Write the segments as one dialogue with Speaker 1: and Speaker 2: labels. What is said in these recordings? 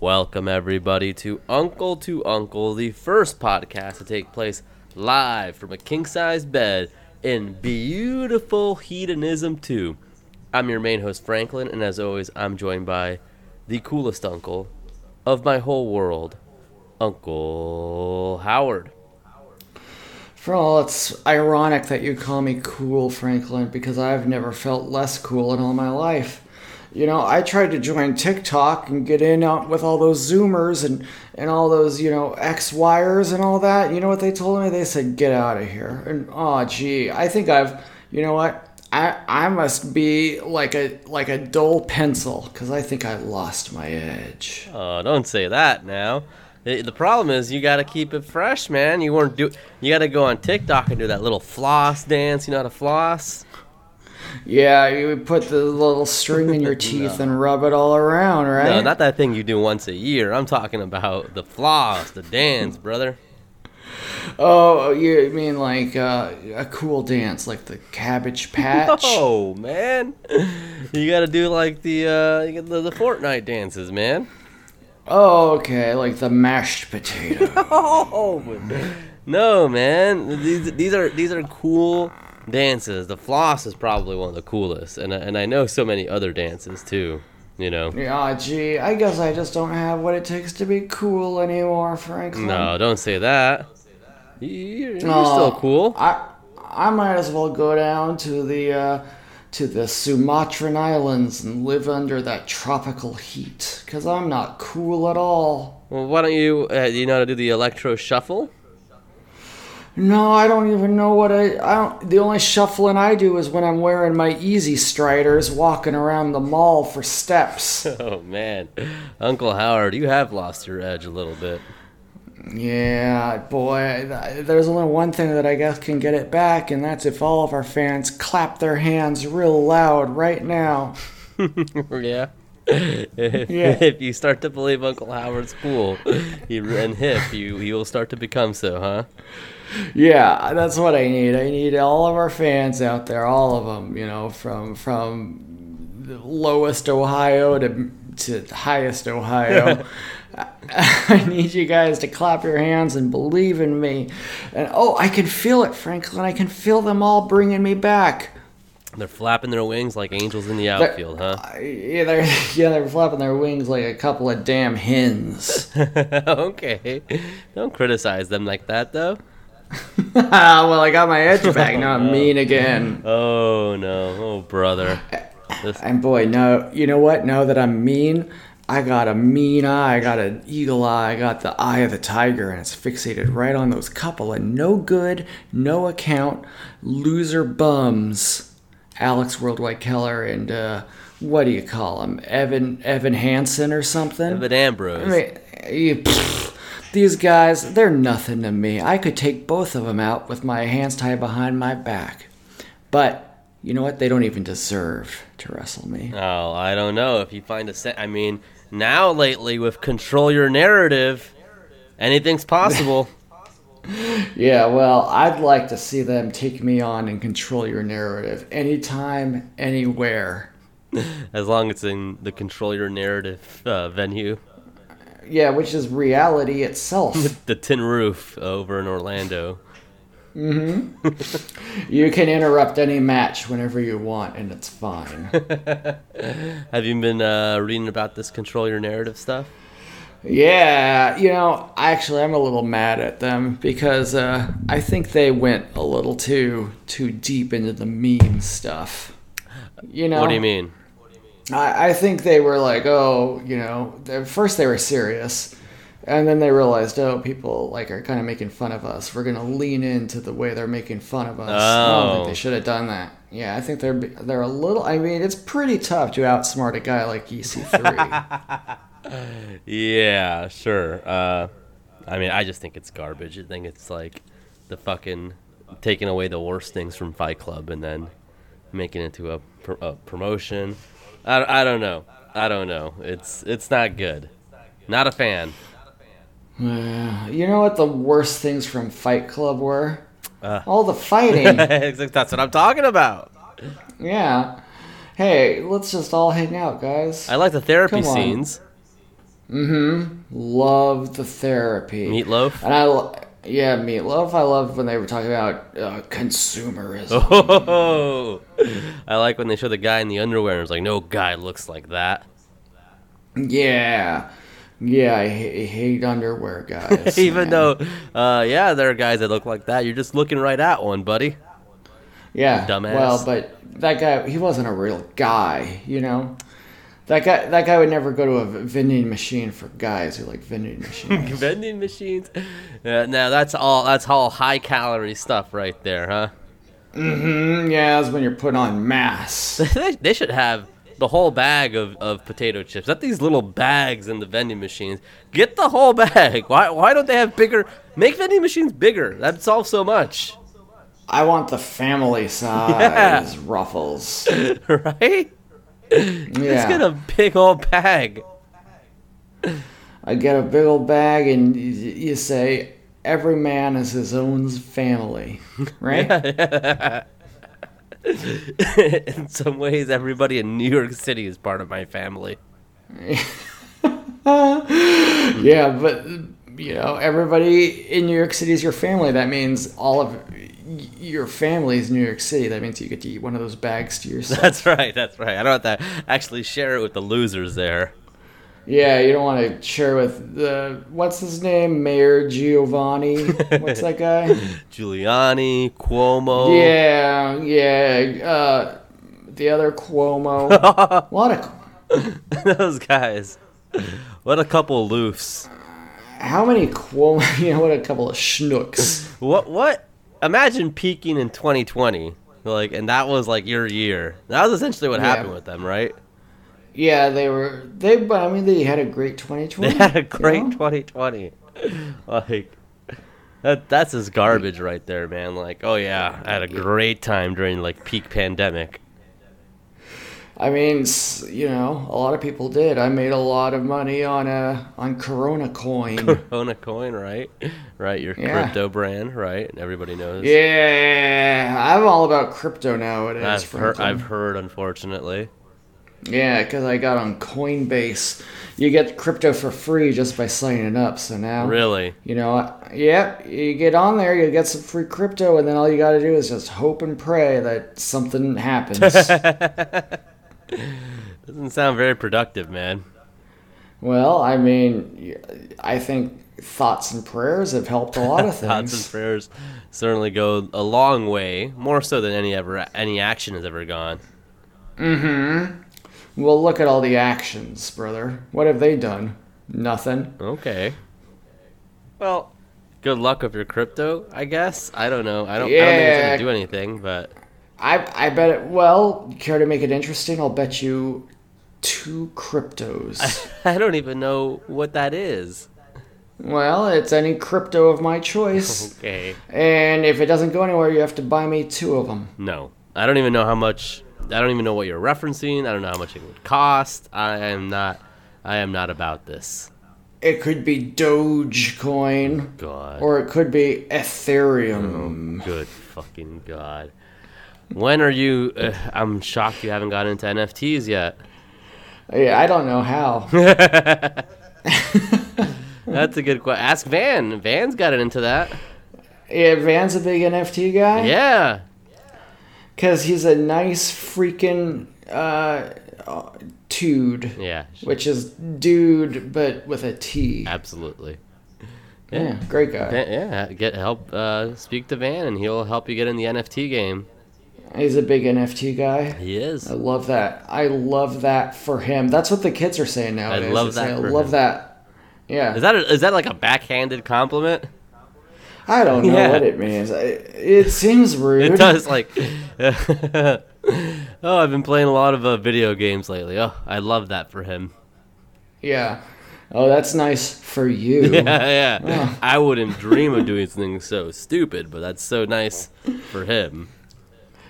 Speaker 1: Welcome, everybody, to Uncle to Uncle, the first podcast to take place live from a king size bed in beautiful Hedonism 2. I'm your main host, Franklin, and as always, I'm joined by the coolest uncle of my whole world, Uncle Howard.
Speaker 2: For all, it's ironic that you call me cool, Franklin, because I've never felt less cool in all my life. You know, I tried to join TikTok and get in out with all those Zoomers and, and all those, you know, X wires and all that. You know what they told me? They said, get out of here. And oh, gee, I think I've, you know what? I, I must be like a like a dull pencil because I think I lost my edge.
Speaker 1: Oh, don't say that now. The the problem is you got to keep it fresh, man. You weren't do. You got to go on TikTok and do that little floss dance. You know how to floss?
Speaker 2: Yeah, you put the little string in your teeth and rub it all around, right?
Speaker 1: No, not that thing you do once a year. I'm talking about the floss, the dance, brother.
Speaker 2: Oh, you mean like uh, a cool dance, like the Cabbage Patch?
Speaker 1: Oh man, you got to do like the uh, you got the, the Fortnite dances, man.
Speaker 2: Oh, okay, like the mashed potato.
Speaker 1: Oh no, man. These these are these are cool dances. The floss is probably one of the coolest, and I- and I know so many other dances too. You know.
Speaker 2: yeah, gee, I guess I just don't have what it takes to be cool anymore, Franklin.
Speaker 1: No, don't say that. You- You're, you're
Speaker 2: Oh,
Speaker 1: still cool.
Speaker 2: I I might as well go down to the uh, to the Sumatran Islands and live under that tropical heat, cause I'm not cool at all.
Speaker 1: Well, why don't you? Uh, you know how to do the electro shuffle?
Speaker 2: No, I don't even know what I. I don't, the only shuffling I do is when I'm wearing my Easy Striders, walking around the mall for steps.
Speaker 1: Oh man, Uncle Howard, you have lost your edge a little bit.
Speaker 2: yeah, boy, th- there's only one thing that I guess can get it back, and that's if all of our fans clap their hands real loud right now.
Speaker 1: yeah. if,
Speaker 2: Yeah.
Speaker 1: if you start to believe Uncle Howard's cool you- and hip, you you will start to become so, huh?
Speaker 2: Yeah, that's what I need. I need all of our fans out there, all of them, you know, from from the lowest Ohio to to highest Ohio. I need you guys to clap your hands and believe in me. And oh, I can feel it, Franklin. I can feel them all bringing me back.
Speaker 1: They're flapping their wings like angels in the outfield, huh?
Speaker 2: I- Yeah, they're yeah, they're flapping their wings like a couple of damn hens.
Speaker 1: okay, don't criticize them like that, though.
Speaker 2: well, I got my edge back. Now I'm mean again.
Speaker 1: Oh no, oh brother. This,
Speaker 2: And boy, no, you know what? Now that I'm mean, I got a mean eye. I got an eagle eye. I got the eye of the tiger, and it's fixated right on those couple of no good, no account, loser bums, Alex Worldwide Keller and uh, what do you call him, Evan Evan Hansen or something.
Speaker 1: but Ambrose.
Speaker 2: I mean, you- pfft, these guys, they're nothing to me. I could take both of them out with my hands tied behind my back. But you know what? They don't even deserve to wrestle me.
Speaker 1: Oh, I don't know. If you find a set, I mean, now lately with control your narrative, anything's possible.
Speaker 2: Yeah, well, I'd like to see them take me on and control your narrative anytime, anywhere.
Speaker 1: as long as it's in the control your narrative uh, venue,
Speaker 2: Yeah, which is reality itself.
Speaker 1: the Tin Roof uh, over in Orlando.
Speaker 2: you can interrupt any match whenever you want, and it's fine.
Speaker 1: Have you been uh, reading about this control your narrative stuff?
Speaker 2: Yeah, you know, actually, I'm a little mad at them because uh, I think they went a little too too deep into the meme stuff. You know,
Speaker 1: What do you mean?
Speaker 2: I, I think they were like, oh, you know, at first they were serious, and then they realized, oh, people like are kind of making fun of us. We're gonna lean into the way they're making fun of us. I don't think
Speaker 1: Oh.
Speaker 2: they should have done that. Yeah, I think they're they're a little. I mean, it's pretty tough to outsmart a guy like E EC3.
Speaker 1: Yeah, sure. Uh, I mean, I just think it's garbage. I think it's like the fucking taking away the worst things from Fight Club and then making it to a, pr- a promotion. I, I don't know. I don't know. It's it's not good. Not a fan.
Speaker 2: Uh, you know what the worst things from Fight Club were?
Speaker 1: Uh.
Speaker 2: All the fighting.
Speaker 1: That's what I'm talking about.
Speaker 2: yeah. Hey, let's just all hang out, guys.
Speaker 1: I like the therapy
Speaker 2: Come on.
Speaker 1: scenes.
Speaker 2: Mm-hmm. Love the therapy.
Speaker 1: Meatloaf?
Speaker 2: And I, lo- yeah, meatloaf. I loved when they were talking about uh, consumerism.
Speaker 1: Oh, I like when they show the guy in the underwear and it's like, no guy looks like that.
Speaker 2: Yeah, yeah. I ha- hate underwear guys.
Speaker 1: Even
Speaker 2: man.
Speaker 1: though, uh, yeah, there are guys that look like that. You're just looking right at one, buddy.
Speaker 2: Yeah.
Speaker 1: Dumbass.
Speaker 2: Well, but that guy, he wasn't a real guy, you know. That guy, that guy would never go to a v- vending machine for guys who like vending machines.
Speaker 1: Vending machines. Yeah, now that's all. That's all high calorie stuff right there, huh?
Speaker 2: Mm, yeah, that's when you're put on mass.
Speaker 1: they, they should have the whole bag of, of potato chips. Not these little bags in the vending machines. Get the whole bag. Why why don't they have bigger? Make vending machines bigger. That solves so much,
Speaker 2: I want the family size ruffles. Yeah.
Speaker 1: right? Just get a big old bag.
Speaker 2: I get a big old bag, and y- you say every man is his own family, right?
Speaker 1: in some ways, everybody in New York City is part of my family.
Speaker 2: Yeah, but you know, everybody in New York City is your family. That means all of y- your family is New York City. That means you get to eat one of those bags to yourself.
Speaker 1: That's right. That's right. I don't have to actually share it with the losers there.
Speaker 2: yeah, you don't want to share with the what's his name, Mayor Giovanni. What's that guy?
Speaker 1: Giuliani, Cuomo.
Speaker 2: yeah, yeah. Uh, the other Cuomo. a lot of.
Speaker 1: those guys. What a couple loofs.
Speaker 2: How many Cuomo? You know what? A couple of schnooks.
Speaker 1: What what? Imagine peaking in 2020, like, and that was like your year. That was essentially what
Speaker 2: Yeah.
Speaker 1: happened with them, right?
Speaker 2: Yeah, they were. They, but I mean, they had a great 2020.
Speaker 1: They had a
Speaker 2: you
Speaker 1: great
Speaker 2: know?
Speaker 1: 2020. Like, that that's just garbage right there, man. Like, oh yeah, I had a great time during like peak pandemic.
Speaker 2: I mean, s- you know, a lot of people did. I made a lot of money on a on Corona coin.
Speaker 1: Own a coin, right? Right, your
Speaker 2: Yeah.
Speaker 1: crypto brand, right? And everybody knows.
Speaker 2: yeah, I'm all about crypto nowadays.
Speaker 1: I've heard,
Speaker 2: Franklin.
Speaker 1: I've heard, unfortunately.
Speaker 2: Yeah, because I got on Coinbase. You get crypto for free just by signing up. So now,
Speaker 1: Really?
Speaker 2: you know, I- yep, you get on there, you get some free crypto, and then all you got to do is just hope and pray that something happens.
Speaker 1: Doesn't sound very productive, man.
Speaker 2: well, I mean, I think thoughts and prayers have helped a lot of
Speaker 1: Thoughts and
Speaker 2: things.
Speaker 1: prayers certainly go a long way, more so than any ever any action has ever gone.
Speaker 2: Well, look at all the actions, brother. What have they done? Nothing.
Speaker 1: Okay. Well, good luck with your crypto, I guess. I don't know. I don't. I don't think it's
Speaker 2: Yeah.
Speaker 1: gonna do anything, but
Speaker 2: I I bet it. Well, care to make it interesting? I'll bet you two cryptos.
Speaker 1: I don't even know what that is.
Speaker 2: well, it's any crypto of my choice,
Speaker 1: Okay.
Speaker 2: and if it doesn't go anywhere, you have to buy me two of them.
Speaker 1: No, I don't even know how much. I don't even know what you're referencing. I don't know how much it would cost. I am not. I am not about this.
Speaker 2: It could be Dogecoin,
Speaker 1: God.
Speaker 2: or it could be Ethereum.
Speaker 1: Good fucking god. When are you? Uh, I'm shocked you haven't gotten into NFTs yet.
Speaker 2: Yeah, I don't know how.
Speaker 1: That's a good question. Ask Van. Van's gotten into that.
Speaker 2: yeah, Van's a big NFT guy.
Speaker 1: Yeah.
Speaker 2: Because he's a nice freaking uh, uh, dude,
Speaker 1: Yeah.
Speaker 2: which is dude but with a T.
Speaker 1: Absolutely.
Speaker 2: Yeah, great guy.
Speaker 1: Van- Yeah. Get help. Uh, speak to Van, and he'll help you get in the NFT game.
Speaker 2: He's a big NFT guy.
Speaker 1: He is.
Speaker 2: I love that. I love that for him. That's what the kids are saying nowadays.
Speaker 1: love
Speaker 2: They say,
Speaker 1: that
Speaker 2: I
Speaker 1: for
Speaker 2: love
Speaker 1: him."
Speaker 2: that. Yeah.
Speaker 1: Is that a, is that like a backhanded compliment?
Speaker 2: I don't know
Speaker 1: Yeah.
Speaker 2: what it means. I- It seems rude.
Speaker 1: It does like. oh, I've been playing a lot of uh, video games lately. Oh, I love that for him.
Speaker 2: Yeah. Oh, that's nice for you.
Speaker 1: yeah, yeah. I wouldn't dream of doing something so stupid, but that's so nice for him.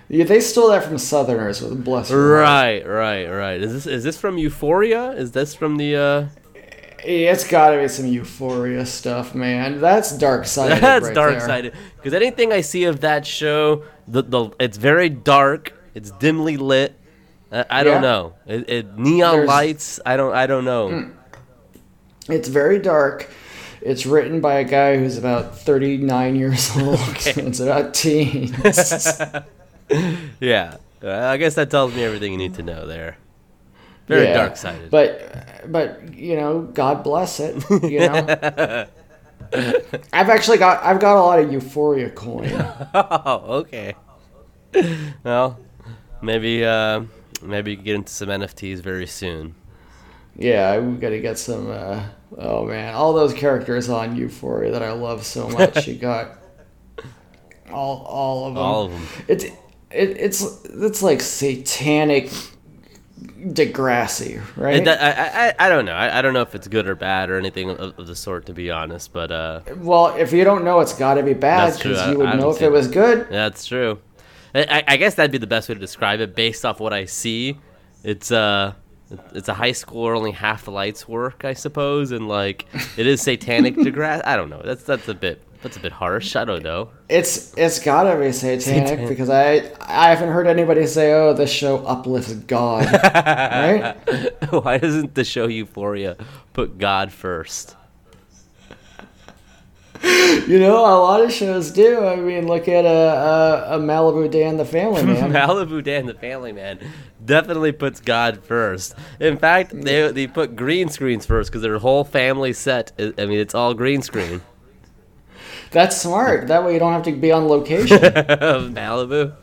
Speaker 2: Yeah, they stole that from Southerners with bless. her
Speaker 1: Right,
Speaker 2: heart.
Speaker 1: right, right. Is this is this from Euphoria? Is this from the? uh
Speaker 2: It's got to be some euphoria stuff, man. That's dark sided.
Speaker 1: That's
Speaker 2: right
Speaker 1: dark
Speaker 2: there.
Speaker 1: sided. Because anything I see of that show, the the it's very dark. It's dimly lit. I, I
Speaker 2: Yeah.
Speaker 1: don't know. It, it neon
Speaker 2: There's-
Speaker 1: lights. I don't. I don't know.
Speaker 2: It's very dark. It's written by a guy who's about 39 years old. it's about teens.
Speaker 1: Yeah. Uh, I guess that tells me everything you need to know there. Very
Speaker 2: Yeah.
Speaker 1: dark sided.
Speaker 2: But but you know, God bless it. You know, I've actually got I've got a lot of Euphoria coin.
Speaker 1: oh, okay. well, maybe uh, maybe you can get into some NFTs very soon.
Speaker 2: Yeah, we got to get some. Uh, oh man, all those characters on Euphoria that I love so much. you got all all of them.
Speaker 1: All of them.
Speaker 2: It's it, it's it's like satanic Degrassi, right?
Speaker 1: It, do- I, I, I don't know. I, I don't know if it's good or bad or anything of, of the sort, to be honest. But uh,
Speaker 2: well, if you don't know, it's got to be bad
Speaker 1: That's true.
Speaker 2: because
Speaker 1: I-
Speaker 2: you would
Speaker 1: I haven't
Speaker 2: know if
Speaker 1: seen
Speaker 2: it was good.
Speaker 1: that's true. I, I, I guess that'd be the best way to describe it, based off what I see. It's uh, it's a high school where only half the lights work, I suppose, and like it is satanic degrass. I don't know. That's that's a bit that's a bit harsh. I don't know.
Speaker 2: It's it's gotta be satanic
Speaker 1: Satanic.
Speaker 2: because I I haven't heard anybody say, "Oh, this show uplifts God," right?
Speaker 1: Why doesn't the show Euphoria put God first?
Speaker 2: You know, a lot of shows do. I mean, look at a a, a Malibu Day and the Family Man.
Speaker 1: Malibu Dan the Family Man definitely puts God first. In fact, they they put green screens first because their whole family set. Is, I mean, it's all green screen.
Speaker 2: That's smart. That way, you don't have to be on location.
Speaker 1: Of Malibu,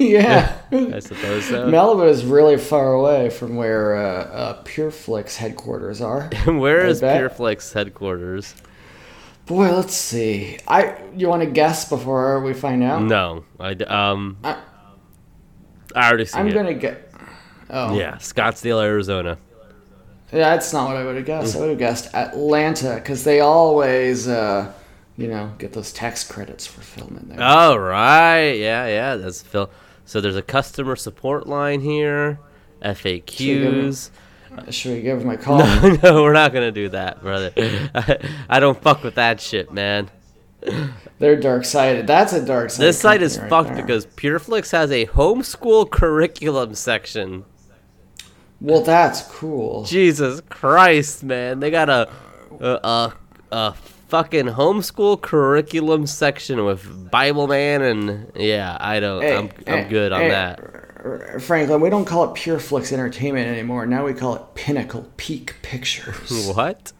Speaker 2: yeah,
Speaker 1: I suppose so.
Speaker 2: Malibu is really far away from where uh, uh, Pureflix headquarters are.
Speaker 1: Where is
Speaker 2: bet.
Speaker 1: Pureflix headquarters?
Speaker 2: Boy, let's see. I you want to guess before we find out?
Speaker 1: No, I d- um,
Speaker 2: I-
Speaker 1: I already see
Speaker 2: I'm
Speaker 1: it.
Speaker 2: gonna get. Oh,
Speaker 1: yeah, Scottsdale, Arizona.
Speaker 2: Yeah, that's not what I would have guessed.
Speaker 1: Mm.
Speaker 2: I would have guessed Atlanta because they always, uh, you know, get those tax credits for filming there.
Speaker 1: All right, yeah, yeah, that's Phil. So there's a customer support line here, FAQs.
Speaker 2: Should we give them a call?
Speaker 1: Uh, no, we're not gonna do that, brother. I, I don't fuck with that shit, man.
Speaker 2: They're dark sided. That's a dark sided.
Speaker 1: This site is fucked because Pureflix has a homeschool curriculum section.
Speaker 2: Well, that's cool.
Speaker 1: Jesus Christ, man! They got a a a, a fucking homeschool curriculum section with Bible Man and yeah, I don't.
Speaker 2: Hey,
Speaker 1: I'm
Speaker 2: hey,
Speaker 1: I'm good on
Speaker 2: hey,
Speaker 1: that.
Speaker 2: Franklin, we don't call it Pureflix Entertainment anymore. Now we call it Pinnacle Peak Pictures.
Speaker 1: What?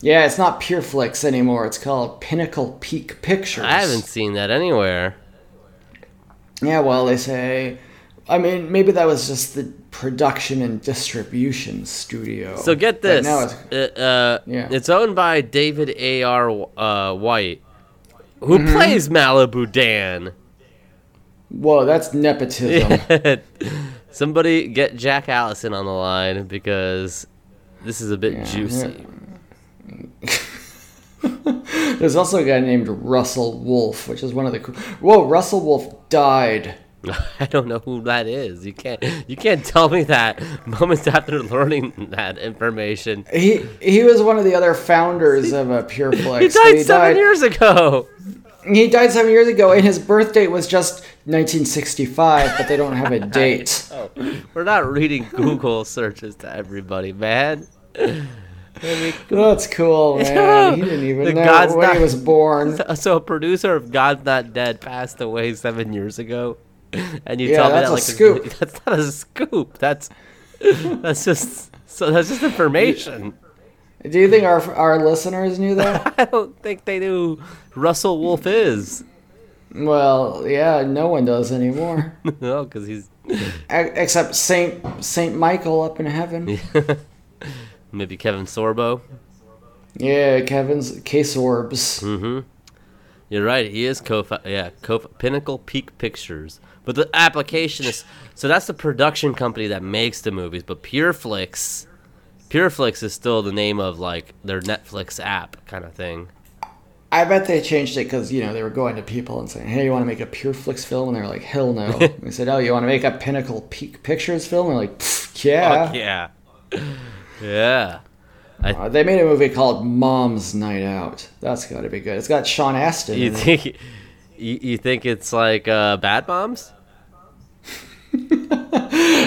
Speaker 2: yeah, it's not Pureflix anymore. It's called Pinnacle Peak Pictures.
Speaker 1: I haven't seen that anywhere.
Speaker 2: Yeah, well, they say. I mean, maybe that was just the production and distribution studio.
Speaker 1: So get
Speaker 2: But
Speaker 1: this.
Speaker 2: now it's-
Speaker 1: It, uh,
Speaker 2: Yeah.
Speaker 1: It's owned by David A.R. W- Uh, White, who
Speaker 2: Mm-hmm.
Speaker 1: plays Malibu Dan.
Speaker 2: whoa, that's nepotism.
Speaker 1: Somebody get Jack Allison on the line because this is a bit juicy.
Speaker 2: There's also a guy named Russell Wolf, which is one of the. Cool- whoa, Russell Wolf died.
Speaker 1: I don't know who that is. You can't you can't tell me that moments after learning that information.
Speaker 2: He he was one of the other founders of a Pureflix.
Speaker 1: He died seven years ago.
Speaker 2: He died seven years ago, and his birth date was just 1965, but they don't have a date.
Speaker 1: Oh, we're not reading Google searches to everybody, man.
Speaker 2: That's cool, man. He didn't even
Speaker 1: Oh. The
Speaker 2: know
Speaker 1: God's
Speaker 2: when
Speaker 1: not-
Speaker 2: he was born.
Speaker 1: So a producer of God's Not Dead passed away seven years ago, and you
Speaker 2: Yeah,
Speaker 1: tell me
Speaker 2: that's
Speaker 1: that
Speaker 2: a
Speaker 1: like
Speaker 2: scoop.
Speaker 1: that's not a scoop. That's that's just so that's just information.
Speaker 2: Do you think our our listeners knew that?
Speaker 1: I don't think they knew Russell Wolf is.
Speaker 2: well, yeah, no one does anymore,
Speaker 1: no, because he's
Speaker 2: E- except Saint Saint Michael up in heaven.
Speaker 1: maybe Kevin Sorbo.
Speaker 2: Yeah, Kevin's case orbs.
Speaker 1: You're right. He is co yeah co Pinnacle Peak Pictures, but the application is so that's the production company that makes the movies. But Pureflix, Pureflix is still the name of like their Netflix app kind of thing.
Speaker 2: I bet they changed it because you know they were going to people and saying, "Hey, you want to make a Pureflix film?" And they were like, "Hell no." And they said, "Oh, you want to make a Pinnacle Peak Pictures film?" And they're like, "Pfft, "Yeah."
Speaker 1: Yeah, yeah.
Speaker 2: Uh, they made a movie called Mom's Night Out. That's got to be good. It's got Sean Astin.
Speaker 1: You
Speaker 2: in it.
Speaker 1: think you, you think it's like uh, Bad Moms?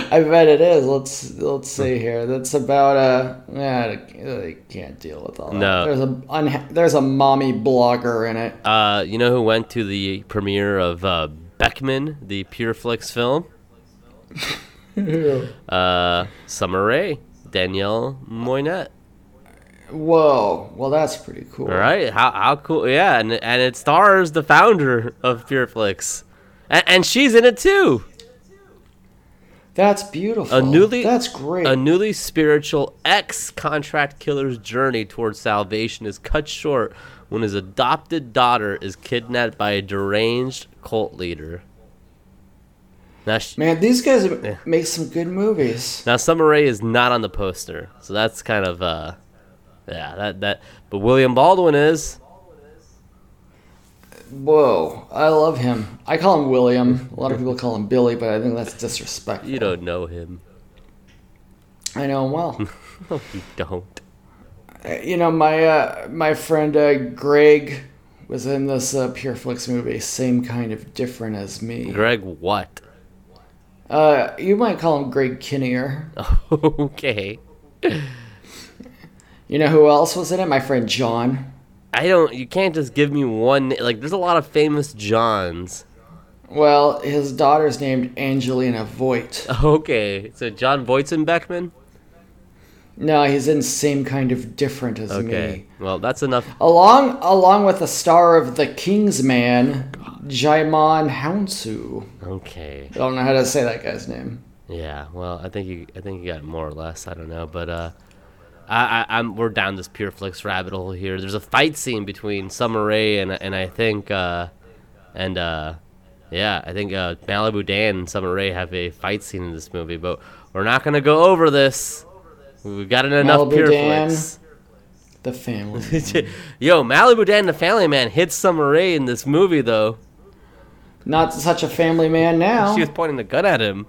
Speaker 2: I bet it is. Let's let's see here. That's about a. Yeah, I can't deal with all that.
Speaker 1: No.
Speaker 2: There's a unha- there's a mommy blogger in it.
Speaker 1: Uh, you know who went to the premiere of uh, Beckman, the Pureflix film? Uh, Summer Rae, Danielle Moynet.
Speaker 2: Whoa. Well, that's pretty cool.
Speaker 1: All right, how how cool? Yeah, and and it stars the founder of Pureflix, and, and she's in it too.
Speaker 2: That's beautiful.
Speaker 1: A newly
Speaker 2: That's great.
Speaker 1: A newly spiritual ex-contract killer's journey towards salvation is cut short when his adopted daughter is kidnapped by a deranged cult leader. Now, sh
Speaker 2: Man, these guys make some good movies.
Speaker 1: now Summer Rae is not on the poster, so that's kind of uh, yeah, that that. But William Baldwin is.
Speaker 2: Whoa, I love him. I call him William. A lot of people call him Billy, but I think that's disrespectful.
Speaker 1: You don't know him.
Speaker 2: I know him well. eh,
Speaker 1: No, you don't.
Speaker 2: you know, my uh, my friend uh, Greg was in this uh, Pureflix movie, same kind of different as me.
Speaker 1: Greg, what?
Speaker 2: Uh, you might call him Greg Kinnear.
Speaker 1: okay.
Speaker 2: You know who else was in it? My friend John.
Speaker 1: I don't. You can't just give me one. Like, there's a lot of famous Johns.
Speaker 2: Well, his daughter's named Angelina Voight.
Speaker 1: Okay, so John Voights and Beckman.
Speaker 2: No, he's in same kind of different as me.
Speaker 1: Okay, well that's enough.
Speaker 2: Along along with the star of The Kingsman, Jaimon Hounsou.
Speaker 1: Okay,
Speaker 2: I don't know how to say that guy's name.
Speaker 1: yeah. Well, I think you, I think you got more or less. I don't know, but uh, I, I I'm we're down this pure flicks rabbit hole here. There's a fight scene between Summer Rae and and I think uh, and uh, yeah, I think uh, Malibu Dan and Summer Rae have a fight scene in this movie, but we're not gonna go over this. We've gotten enough
Speaker 2: Malibu
Speaker 1: pure
Speaker 2: Dan.
Speaker 1: flicks.
Speaker 2: The family.
Speaker 1: Yo, Malibu Dan the Family Man hits Summer Rae in this movie, though.
Speaker 2: Not such a family man now.
Speaker 1: She was pointing the gun at him.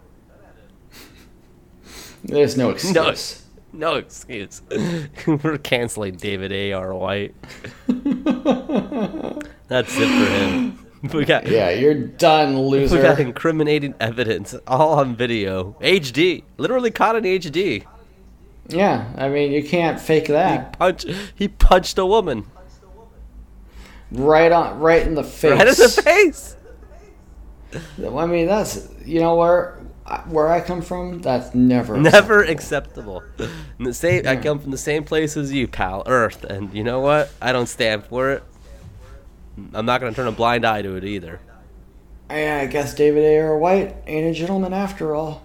Speaker 2: There's no excuse.
Speaker 1: No, no excuse. We're canceling David A. R. White. That's it for him. We got,
Speaker 2: Yeah, you're done,
Speaker 1: we got
Speaker 2: loser.
Speaker 1: incriminating evidence, all on video. HD. Literally caught in HD.
Speaker 2: Yeah, I mean, you can't fake that.
Speaker 1: Punch, he punched a woman
Speaker 2: Right on, right in the face.
Speaker 1: right in the face.
Speaker 2: I mean, that's you know where where I come from. That's never.
Speaker 1: Never acceptable. In the same, I come from the same place as you, pal, Earth, and you know what? I don't stand for it. I'm not gonna turn a blind eye to it either.
Speaker 2: Yeah, I guess David A. R. White ain't a gentleman after all.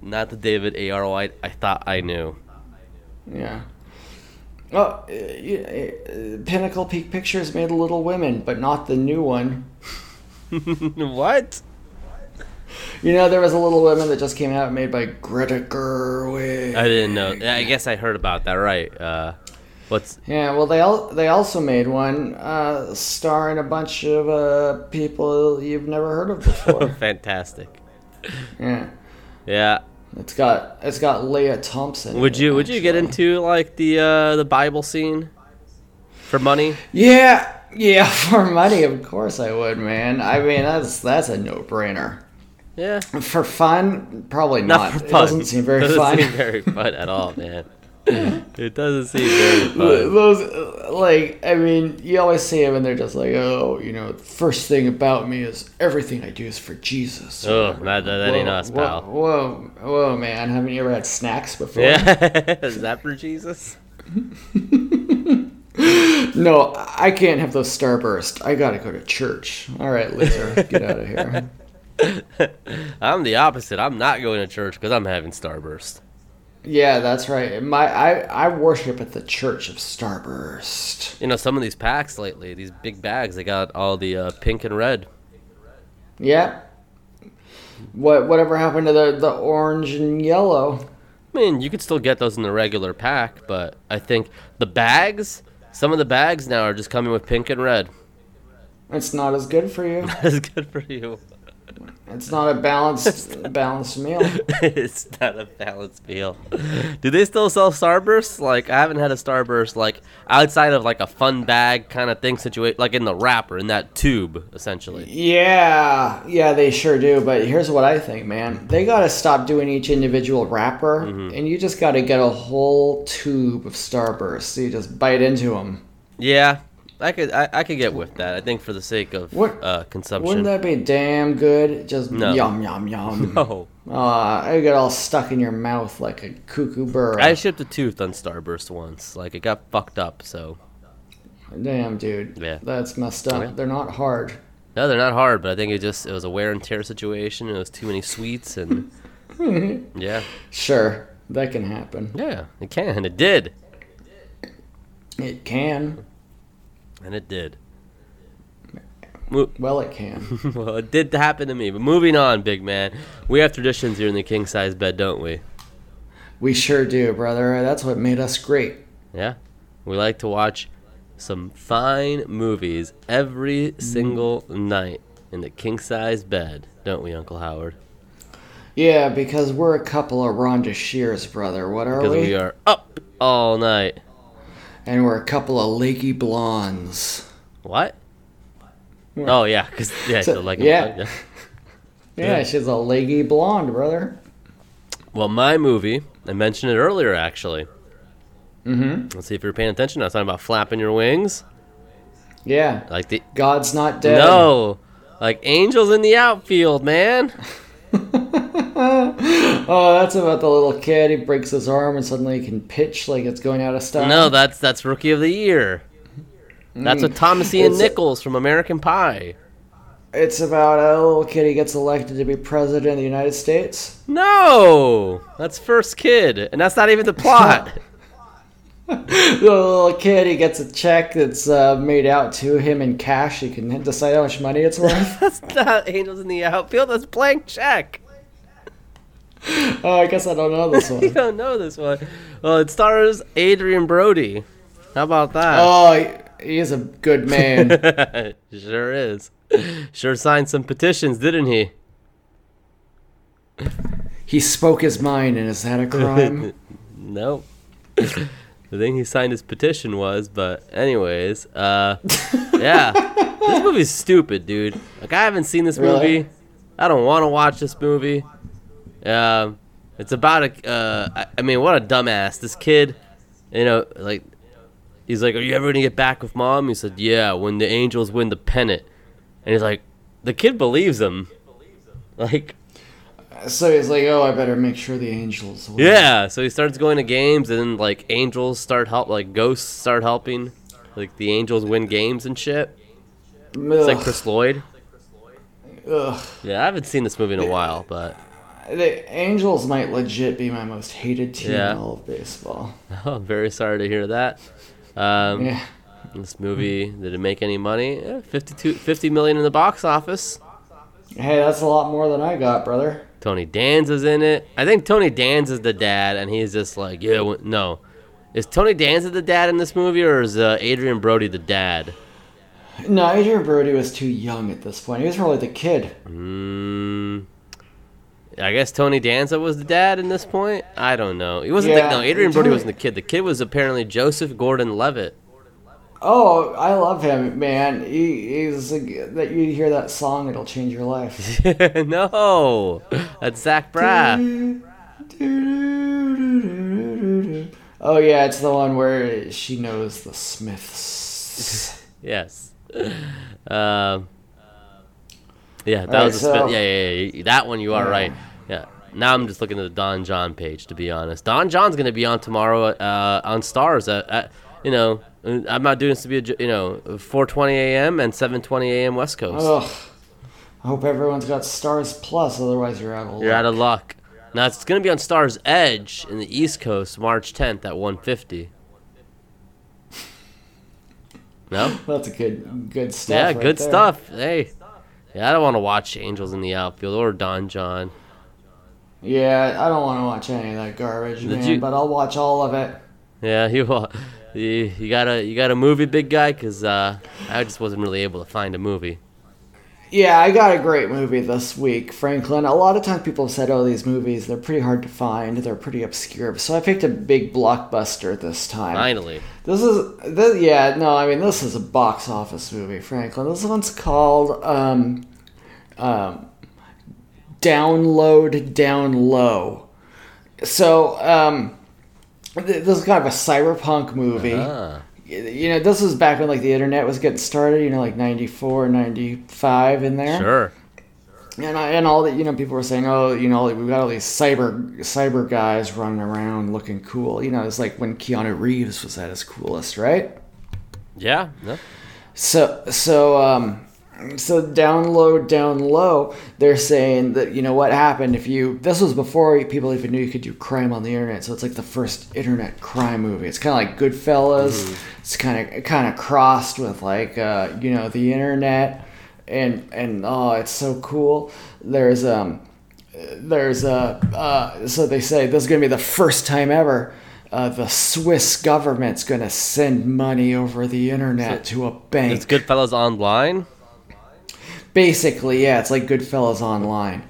Speaker 1: Not the David A. R. White I thought I knew.
Speaker 2: Yeah. Oh, uh, you- uh, Pinnacle Peak Pictures made Little Women, but not the new one.
Speaker 1: what?
Speaker 2: You know, there was a Little Women that just came out made by Greta Gerwig.
Speaker 1: I didn't know. Yeah, I guess I heard about that. Right. Uh, what's?
Speaker 2: Yeah, well, they al- they also made one uh, starring a bunch of uh, people you've never heard of before.
Speaker 1: Fantastic.
Speaker 2: yeah,
Speaker 1: Yeah.
Speaker 2: it's got it's got Leah Thompson. in
Speaker 1: Would
Speaker 2: it,
Speaker 1: you Would you get
Speaker 2: actually.
Speaker 1: into like the uh, the Bible scene for money?
Speaker 2: Yeah, yeah, for money, of course I would, man. I mean, that's that's a no brainer.
Speaker 1: Yeah.
Speaker 2: For fun, probably not.
Speaker 1: Not for
Speaker 2: It
Speaker 1: fun.
Speaker 2: doesn't seem very
Speaker 1: doesn't
Speaker 2: fun.
Speaker 1: seem very fun at all, man. it doesn't seem very fun.
Speaker 2: Those, uh, like, I mean, you always see them and they're just like, oh, you know, the first thing about me is everything I do is for Jesus. or
Speaker 1: Oh,
Speaker 2: whatever.
Speaker 1: that, that, that ain't us,
Speaker 2: whoa,
Speaker 1: pal.
Speaker 2: Whoa, whoa, man. Haven't you ever had snacks before?
Speaker 1: Yeah, is that for Jesus?
Speaker 2: No, I can't have those Starburst. I gotta go to church. All right, loser, get out of here.
Speaker 1: I'm the opposite. I'm not going to church because I'm having Starburst.
Speaker 2: Yeah, that's right. My, I, I worship at the church of Starburst.
Speaker 1: You know, some of these packs lately, these big bags, they got all the uh, pink and red.
Speaker 2: Yeah. What, whatever happened to the, the orange and yellow?
Speaker 1: I mean, you could still get those in the regular pack, but I think the bags, some of the bags now are just coming with pink and red.
Speaker 2: It's not as good for you.
Speaker 1: That's good for you.
Speaker 2: It's not a balanced balanced meal.
Speaker 1: it's not a balanced meal. Do they still sell Starbursts? Like I haven't had a Starburst like outside of like a fun bag kind of thing situation, like in the wrapper in that tube essentially.
Speaker 2: Yeah, yeah, they sure do. But here's what I think, man. They got to stop doing each individual wrapper,
Speaker 1: Mm-hmm.
Speaker 2: and you just got to get a whole tube of Starburst. So you just bite into them.
Speaker 1: Yeah, I could I, I could get with that. I think for the sake of
Speaker 2: What-
Speaker 1: uh, consumption.
Speaker 2: Wouldn't that be damn good? Just
Speaker 1: No.
Speaker 2: yum yum yum.
Speaker 1: oh,
Speaker 2: Uh, I get all stuck in your mouth like a cuckoo bird.
Speaker 1: I shipped a tooth on Starburst once. Like it got fucked up. So
Speaker 2: Damn, dude.
Speaker 1: Yeah.
Speaker 2: That's messed up.
Speaker 1: Yeah.
Speaker 2: They're not hard.
Speaker 1: no, they're not hard, but I think it just it was a wear and tear situation. It was too many sweets and yeah,
Speaker 2: Sure, that can happen.
Speaker 1: yeah, it can. It did,
Speaker 2: It can.
Speaker 1: and it did. Mo-
Speaker 2: Well, it can.
Speaker 1: well, it did happen to me. But moving on, big man. We have traditions here in the king size bed, don't we?
Speaker 2: we sure do, brother. That's what made us great.
Speaker 1: Yeah. We like to watch some fine movies every single night in the king size bed, don't we, Uncle Howard?
Speaker 2: Yeah, because we're a couple of Rhonda Shears, brother. What are
Speaker 1: Because
Speaker 2: we?
Speaker 1: we are up all night.
Speaker 2: And we're a couple of leaky blondes.
Speaker 1: What? Oh yeah, because yeah,
Speaker 2: So-
Speaker 1: so, like
Speaker 2: yeah.
Speaker 1: yeah.
Speaker 2: Yeah,
Speaker 1: Yeah.
Speaker 2: she's a leggy blonde, brother.
Speaker 1: Well, my movie, I mentioned it earlier actually.
Speaker 2: Mm-hmm.
Speaker 1: Let's see if you're paying attention. I was talking about flapping your wings,
Speaker 2: Yeah.
Speaker 1: like the
Speaker 2: God's not dead.
Speaker 1: no, like angels in the outfield, man.
Speaker 2: Oh, that's about the little kid. He breaks his arm and suddenly he can pitch like it's going out of style.
Speaker 1: No, that's that's rookie of the year. That's what Thomas Ian
Speaker 2: It's-
Speaker 1: Nichols from American Pie.
Speaker 2: It's about a little kid who gets elected to be president of the United States.
Speaker 1: No, that's first kid, and that's not even the plot.
Speaker 2: The little kid, he gets a check that's uh, made out to him in cash. He can decide how much money it's worth.
Speaker 1: that's not angels in the outfield. That's blank check.
Speaker 2: oh, I guess I don't know this
Speaker 1: You
Speaker 2: one.
Speaker 1: don't know this one. Well, it stars Adrian Brody. How about that?
Speaker 2: Oh, he- he is a good man.
Speaker 1: sure is. Sure signed some petitions, didn't he?
Speaker 2: he spoke his mind, and is that a crime?
Speaker 1: Nope. the thing he signed his petition was, but anyways, uh, yeah, this movie's stupid, dude. Like I haven't seen this
Speaker 2: Really?
Speaker 1: movie. I don't want to watch this movie. Um, it's about a. Uh, I, I mean, what a dumbass this kid. You know, like he's like, "Are you ever gonna get back with mom?" He said, "Yeah, when the Angels win the pennant." And he's like, the kid believes him. Like
Speaker 2: so he's like, oh, I better make sure the angels. Win.
Speaker 1: yeah, so he starts going to games, and then like angels start help, like ghosts start helping, like the angels win games and shit.
Speaker 2: Ugh,
Speaker 1: It's like Chris Lloyd.
Speaker 2: ugh.
Speaker 1: Yeah, I haven't seen this movie in a while, but
Speaker 2: The angels might legit be my most hated team
Speaker 1: Yeah.
Speaker 2: in all of baseball.
Speaker 1: I'm very sorry to hear that. Um,
Speaker 2: Yeah.
Speaker 1: This movie did it make any money? Yeah, 52, 50 million in the box office.
Speaker 2: Hey, that's a lot more than I got, brother.
Speaker 1: Tony Danza's in it. I think Tony Danza's the dad, and he's just like, yeah, w- no. Is Tony Danza the dad in this movie, or is uh, Adrian Brody the dad?
Speaker 2: No, Adrian Brody was too young at this point. He was really the kid.
Speaker 1: Mm, I guess Tony Danza was the dad in this point. I don't know. He wasn't.
Speaker 2: Yeah,
Speaker 1: the, no, Adrian Brody
Speaker 2: Tony-
Speaker 1: wasn't the kid. The kid was apparently Joseph Gordon-Levitt.
Speaker 2: Oh, I love him, man. He, he's a- that you hear that song, it'll change your life.
Speaker 1: no, that's Zach Braff.
Speaker 2: oh yeah, it's the one where she knows the Smiths.
Speaker 1: Yes. Um. Yeah, that
Speaker 2: Alright,
Speaker 1: was a spin.
Speaker 2: so-
Speaker 1: yeah, yeah, yeah, yeah. That one you are right. Yeah. Now I'm just looking at the Don John page to be honest. Don John's gonna be on tomorrow uh, on Stars. At, at, you know, uh, I'm not doing this to be a j- you know 4:20 a.m. and 7:20 a.m. West Coast.
Speaker 2: Ugh. I hope everyone's got Stars Plus, otherwise you're out of luck.
Speaker 1: You're out of luck. Now it's gonna be on Star's Edge in the East Coast, March 10th at 1:50. No.
Speaker 2: That's a good, good stuff.
Speaker 1: Yeah,
Speaker 2: right
Speaker 1: good
Speaker 2: there.
Speaker 1: stuff. Hey. Yeah, I don't want to watch Angels in the Outfield or Don John.
Speaker 2: Yeah, I don't want to watch any of that garbage, man.
Speaker 1: you-
Speaker 2: But I'll watch all of it.
Speaker 1: Yeah, you wa- you, you got a you got a movie, big guy, because uh, I just wasn't really able to find a movie.
Speaker 2: Yeah, I got a great movie this week, Franklin. A lot of times people have said, oh, these movies, they're pretty hard to find, they're pretty obscure. So I picked a big blockbuster this time.
Speaker 1: Finally.
Speaker 2: This is, this, yeah, no, I mean, this is a box office movie, Franklin. This one's called um, um, Download Down Low. So um, th- this is kind of a cyberpunk movie
Speaker 1: Ah.
Speaker 2: you know this was back when like the internet was getting started you know like 94 95 in there
Speaker 1: Sure.
Speaker 2: and, I, and all that you know people were saying oh you know like, we've got all these cyber cyber guys running around looking cool you know it's like when keanu reeves was at his coolest right
Speaker 1: Yeah. No.
Speaker 2: so so um so down low down low they're saying that you know what happened if you this was before people even knew you could do crime on the internet so it's like the first internet crime movie it's kind of like goodfellas it's kind of kind of crossed with like uh, you know the internet and and oh it's so cool there's um there's a uh, so they say this is going to be the first time ever uh, the Swiss government's going to send money over the internet to a bank.
Speaker 1: It's Goodfellas Online.
Speaker 2: Basically, yeah, it's like Goodfellas online.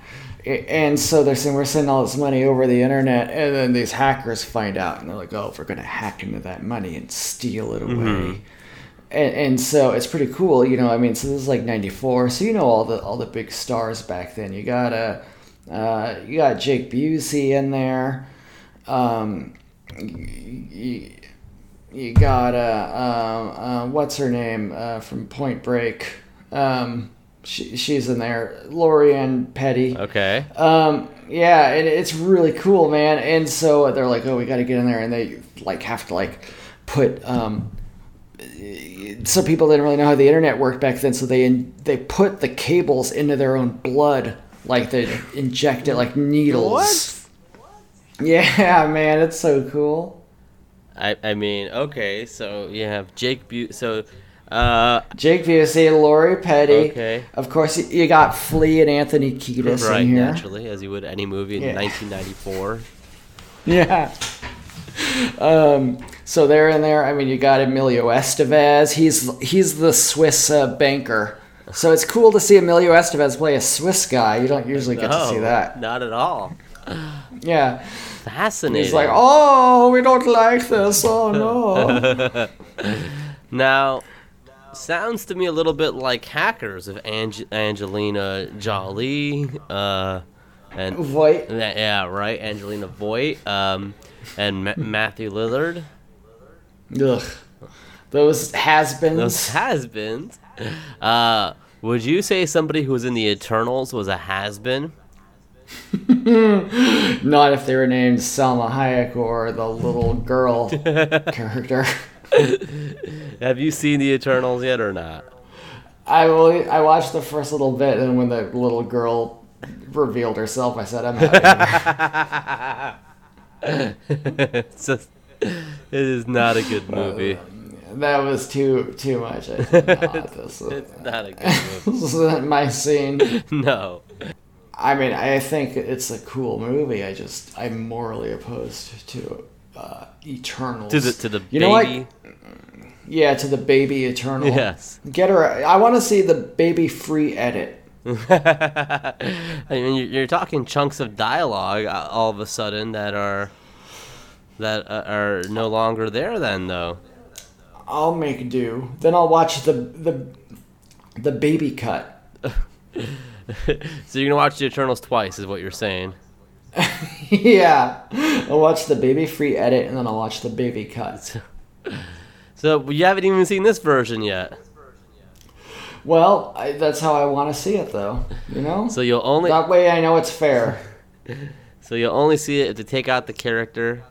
Speaker 2: A- And so they're saying we're sending all this money over the internet, and then these hackers find out, and they're like, "Oh, we're gonna hack into that money and steal it away." And, and so it's pretty cool, you know. I mean, so this is like '94, so you know all the all the big stars back then. You got a, uh, you got Jake Busey in there. Um, you, you got uh, um, uh, what's her name uh, from Point Break. Um, she, she's in there, Lori Ann Petty.
Speaker 1: Okay.
Speaker 2: Um, yeah, and it's really cool, man. And so they're like, oh, we got to get in there, and they like have to like put. Um, some people didn't really know how the internet worked back then, so they they put the cables into their own blood, like they inject it like needles. Yeah, man, it's so cool.
Speaker 1: I, I mean, okay, so you have Jake Bu- so uh
Speaker 2: Jake Busey, Lori Petty.
Speaker 1: Okay.
Speaker 2: Of course, y- you got Flea and Anthony Kiedis
Speaker 1: right
Speaker 2: in here.
Speaker 1: naturally as you would any movie in
Speaker 2: Yeah.
Speaker 1: 1994.
Speaker 2: Yeah. Um, so they're in there. I mean, you got Emilio Estevez. He's he's the Swiss uh, banker. So it's cool to see Emilio Estevez play a Swiss guy. You don't usually get to see
Speaker 1: No,
Speaker 2: that.
Speaker 1: Oh, Not at all.
Speaker 2: Yeah.
Speaker 1: Fascinating.
Speaker 2: He's like, oh, we don't like this. Oh no.
Speaker 1: Now sounds to me a little bit like Hackers of Ange- Angelina Jolie uh and
Speaker 2: Voight.
Speaker 1: yeah, yeah, right, Angelina Voight um and Ma- Matthew Lillard.
Speaker 2: Ugh. Those has-beens.
Speaker 1: Those has-beens. Uh would you say somebody who was in the Eternals was a has-been?
Speaker 2: Not if they were named Selma Hayek or the little girl character.
Speaker 1: Have you seen the Eternals yet or not?
Speaker 2: I will, I watched the first little bit, and when the little girl revealed herself, I said, "I'm out." of here."
Speaker 1: it's just, it is not a good
Speaker 2: Uh,
Speaker 1: movie.
Speaker 2: That was too too much. I said, "Nah, this, is,
Speaker 1: It's not a good movie.
Speaker 2: this isn't my scene.
Speaker 1: No.
Speaker 2: I mean, I think it's a cool movie. I just I'm morally opposed to uh, Eternals.
Speaker 1: To the to the baby.
Speaker 2: you know what? Yeah, to the baby Eternal.
Speaker 1: Yes.
Speaker 2: Get her. I want to see the baby free edit.
Speaker 1: I mean, you're, you're talking chunks of dialogue uh, all of a sudden that are that uh, are no longer there. Then though,
Speaker 2: I'll make do. Then I'll watch the the the baby cut.
Speaker 1: so you're gonna watch the Eternals twice, is what you're saying.
Speaker 2: yeah, I'll watch the baby free edit, and then I'll watch the baby cut.
Speaker 1: So you haven't even seen this version yet.
Speaker 2: Well, I, that's how I want to see it, though. You know.
Speaker 1: So you'll only
Speaker 2: That way I know it's fair.
Speaker 1: So you'll only see it if they take out the character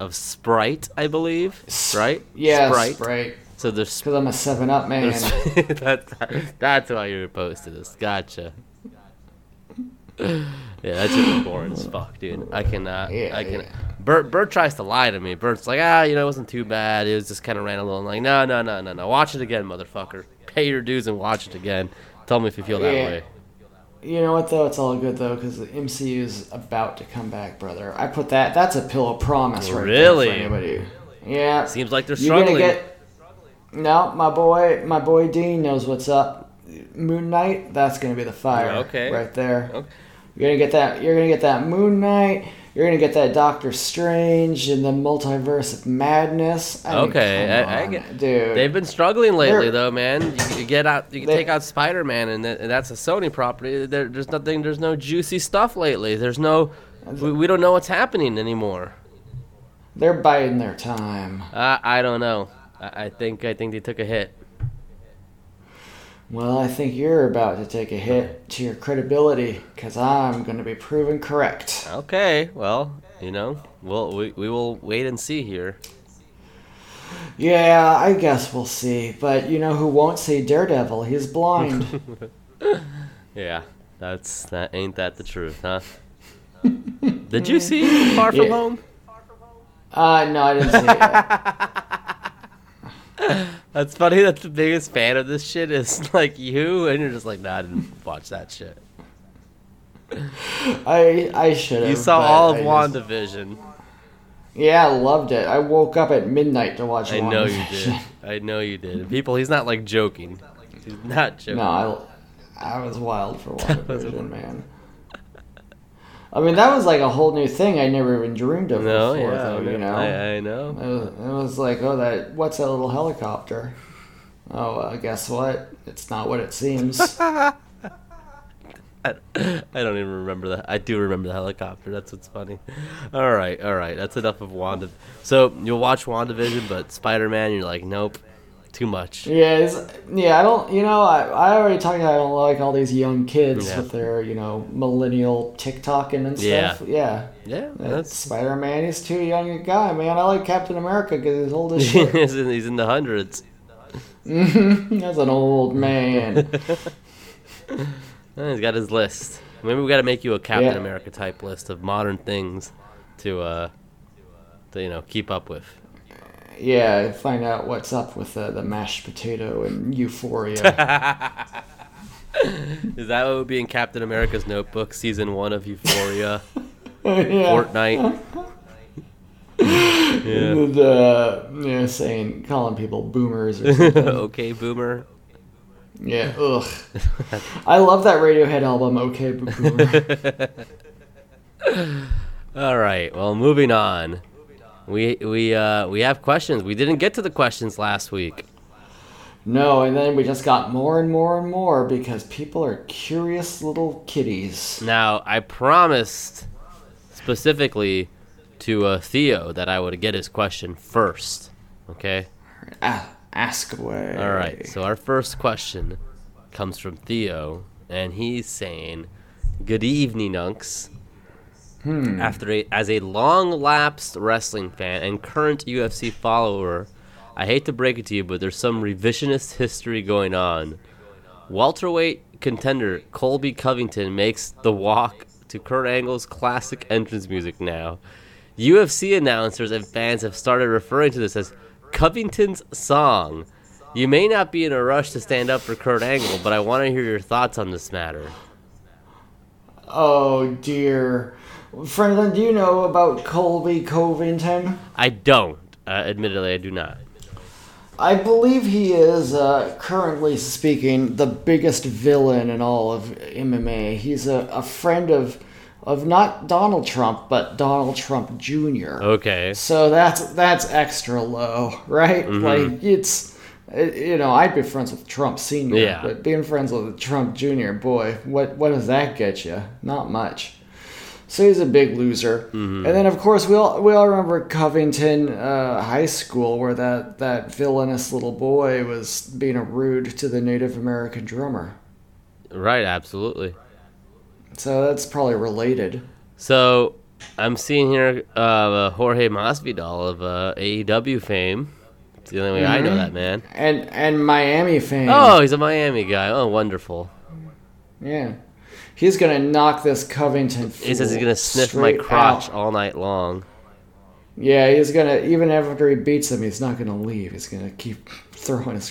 Speaker 1: of Sprite, I believe. Right?
Speaker 2: Yeah,
Speaker 1: Sprite.
Speaker 2: Sprite.
Speaker 1: So there's. Sp-
Speaker 2: Because I'm a 7 Up man.
Speaker 1: there's that's, that's why you were opposed to this. Gotcha. Yeah, that's just boring as fuck, dude. I cannot.
Speaker 2: Yeah,
Speaker 1: I can.
Speaker 2: yeah.
Speaker 1: Bert, Bert tries to lie to me. Bert's like, ah, you know, it wasn't too bad. It was just kind of ran a little. I'm like, no, no, no, no, no. Watch it again, motherfucker. Pay your dues and watch it again. Tell me if you feel that
Speaker 2: Yeah.
Speaker 1: way.
Speaker 2: You know what, though? It's all good, though, because the MCU's about to come back, brother. I put that, that's a pill of promise right
Speaker 1: Really?
Speaker 2: there for anybody. Yeah.
Speaker 1: Seems like they're
Speaker 2: You're gonna
Speaker 1: struggling.
Speaker 2: get- No, my boy, my boy Dean knows what's up. Moon Knight, that's gonna be the fire.
Speaker 1: Okay.
Speaker 2: Right there.
Speaker 1: Okay.
Speaker 2: You're gonna get that. You're gonna get that Moon Knight. You're gonna get that Doctor Strange and the Multiverse of Madness. I mean,
Speaker 1: Okay,
Speaker 2: come
Speaker 1: I- I
Speaker 2: on,
Speaker 1: get-
Speaker 2: dude.
Speaker 1: They've been struggling lately,
Speaker 2: They're-
Speaker 1: though, man. You, you get out, you can
Speaker 2: They-
Speaker 1: take out Spider Man, and, that- and that's a Sony property. There, there's nothing, there's no juicy stuff lately. There's no, we, we don't know what's happening anymore.
Speaker 2: They're biding their time.
Speaker 1: Uh, I don't know. I, I think, I think they took a hit.
Speaker 2: Well, I think you're about to take a hit to your credibility, cause I'm gonna be proven correct.
Speaker 1: Okay, well, you know, we'll, we we will wait and see here.
Speaker 2: Yeah, I guess we'll see. But you know who won't see Daredevil? He's blind.
Speaker 1: Yeah, that's that ain't that the truth, huh? Did you see Far From
Speaker 2: Yeah.
Speaker 1: Home?
Speaker 2: uh, no, I didn't see it. yet.
Speaker 1: That's funny that the biggest fan of this shit is like you, and you're just like, nah, I didn't watch that shit.
Speaker 2: I I should have.
Speaker 1: You saw all of WandaVision.
Speaker 2: Yeah, I loved it. I woke up at midnight to watch.
Speaker 1: I know you
Speaker 2: WandaVision.
Speaker 1: did. I know you did. People, he's not like joking. He's not joking.
Speaker 2: No, I, I was wild for WandaVision, man. I mean, that was like a whole new thing I never even dreamed of
Speaker 1: No,
Speaker 2: before,
Speaker 1: yeah,
Speaker 2: though,
Speaker 1: I know.
Speaker 2: you know?
Speaker 1: I, I
Speaker 2: It,
Speaker 1: know.
Speaker 2: was, it was like, oh, that what's that little helicopter? Oh, uh, guess what? It's not what it seems.
Speaker 1: I, I don't even remember that. I do remember the helicopter. That's what's funny. All right, all right. That's enough of Wanda. So you'll watch WandaVision, but Spider-Man, you're like, nope, too much.
Speaker 2: yeah, it's, yeah, I don't, you know, I, I already talked about I don't like all these young kids
Speaker 1: Yeah.
Speaker 2: with their, you know, millennial TikToking and
Speaker 1: Yeah.
Speaker 2: stuff. Yeah.
Speaker 1: Yeah,
Speaker 2: That's
Speaker 1: that's.
Speaker 2: Spider Man. He's too young a guy, man. I like Captain America because he's old as shit.
Speaker 1: he's, in, he's in the hundreds.
Speaker 2: Mhm, That's an old man.
Speaker 1: Uh, He's got his list. Maybe we got to make you a Captain
Speaker 2: Yeah.
Speaker 1: America type list of modern things to, uh, to you know, keep up with.
Speaker 2: yeah, find out what's up with uh, the mashed potato and euphoria.
Speaker 1: Is that what would be in Captain America's Notebook, season one of Euphoria,
Speaker 2: yeah.
Speaker 1: Fortnite? yeah.
Speaker 2: The, you know, saying, calling people boomers or something.
Speaker 1: okay, Boomer.
Speaker 2: yeah, ugh. I love that Radiohead album, Okay Bo- Boomer.
Speaker 1: All right. Well, moving on. We we uh, we have questions. We didn't get to the questions last week.
Speaker 2: no, and then we just got more and more and more because people are curious little kitties.
Speaker 1: Now I promised specifically to uh, Theo that I would get his question first. Okay.
Speaker 2: Ah, ask away.
Speaker 1: All right. So our first question comes from Theo, and he's saying, "Good evening, Unks." After a, as a long-lapsed wrestling fan and current UFC follower, I hate to break it to you, but there's some revisionist history going on. Welterweight contender Colby Covington makes the walk to Kurt Angle's classic entrance music now. UFC announcers and fans have started referring to this as Covington's song. You may not be in a rush to stand up for Kurt Angle, but I want to hear your thoughts on this matter.
Speaker 2: Oh, dear. Franklin, do you know about Colby Covington?
Speaker 1: I don't. Uh, admittedly, I do not.
Speaker 2: I believe he is, uh, currently speaking, the biggest villain in all of MMA. He's a, a friend of, of not Donald Trump, but Donald Trump Jr.
Speaker 1: Okay.
Speaker 2: So that's that's extra low, right?
Speaker 1: Mm-hmm.
Speaker 2: Like it's, i you know, I'd be friends with Trump Senior,
Speaker 1: Yeah.
Speaker 2: but being friends with Trump Junior, boy, what what does that get you? Not much. So he's a big loser.
Speaker 1: Mm-hmm.
Speaker 2: And then of course we all we all remember Covington uh, High School where that that villainous little boy was being a rude to the Native American drummer.
Speaker 1: Right, absolutely.
Speaker 2: So that's probably related.
Speaker 1: So, I'm seeing here uh, uh, Jorge Masvidal of uh, AEW fame. It's the only way I know
Speaker 2: Mm-hmm.
Speaker 1: that man.
Speaker 2: And and Miami fame.
Speaker 1: Oh, he's a Miami guy. Oh, wonderful.
Speaker 2: Yeah. He's gonna knock this Covington.
Speaker 1: He says he's
Speaker 2: fool
Speaker 1: gonna sniff my
Speaker 2: straight
Speaker 1: crotch
Speaker 2: out.
Speaker 1: all night long.
Speaker 2: Yeah, he's gonna even after he beats him, he's not gonna leave. He's gonna keep throwing his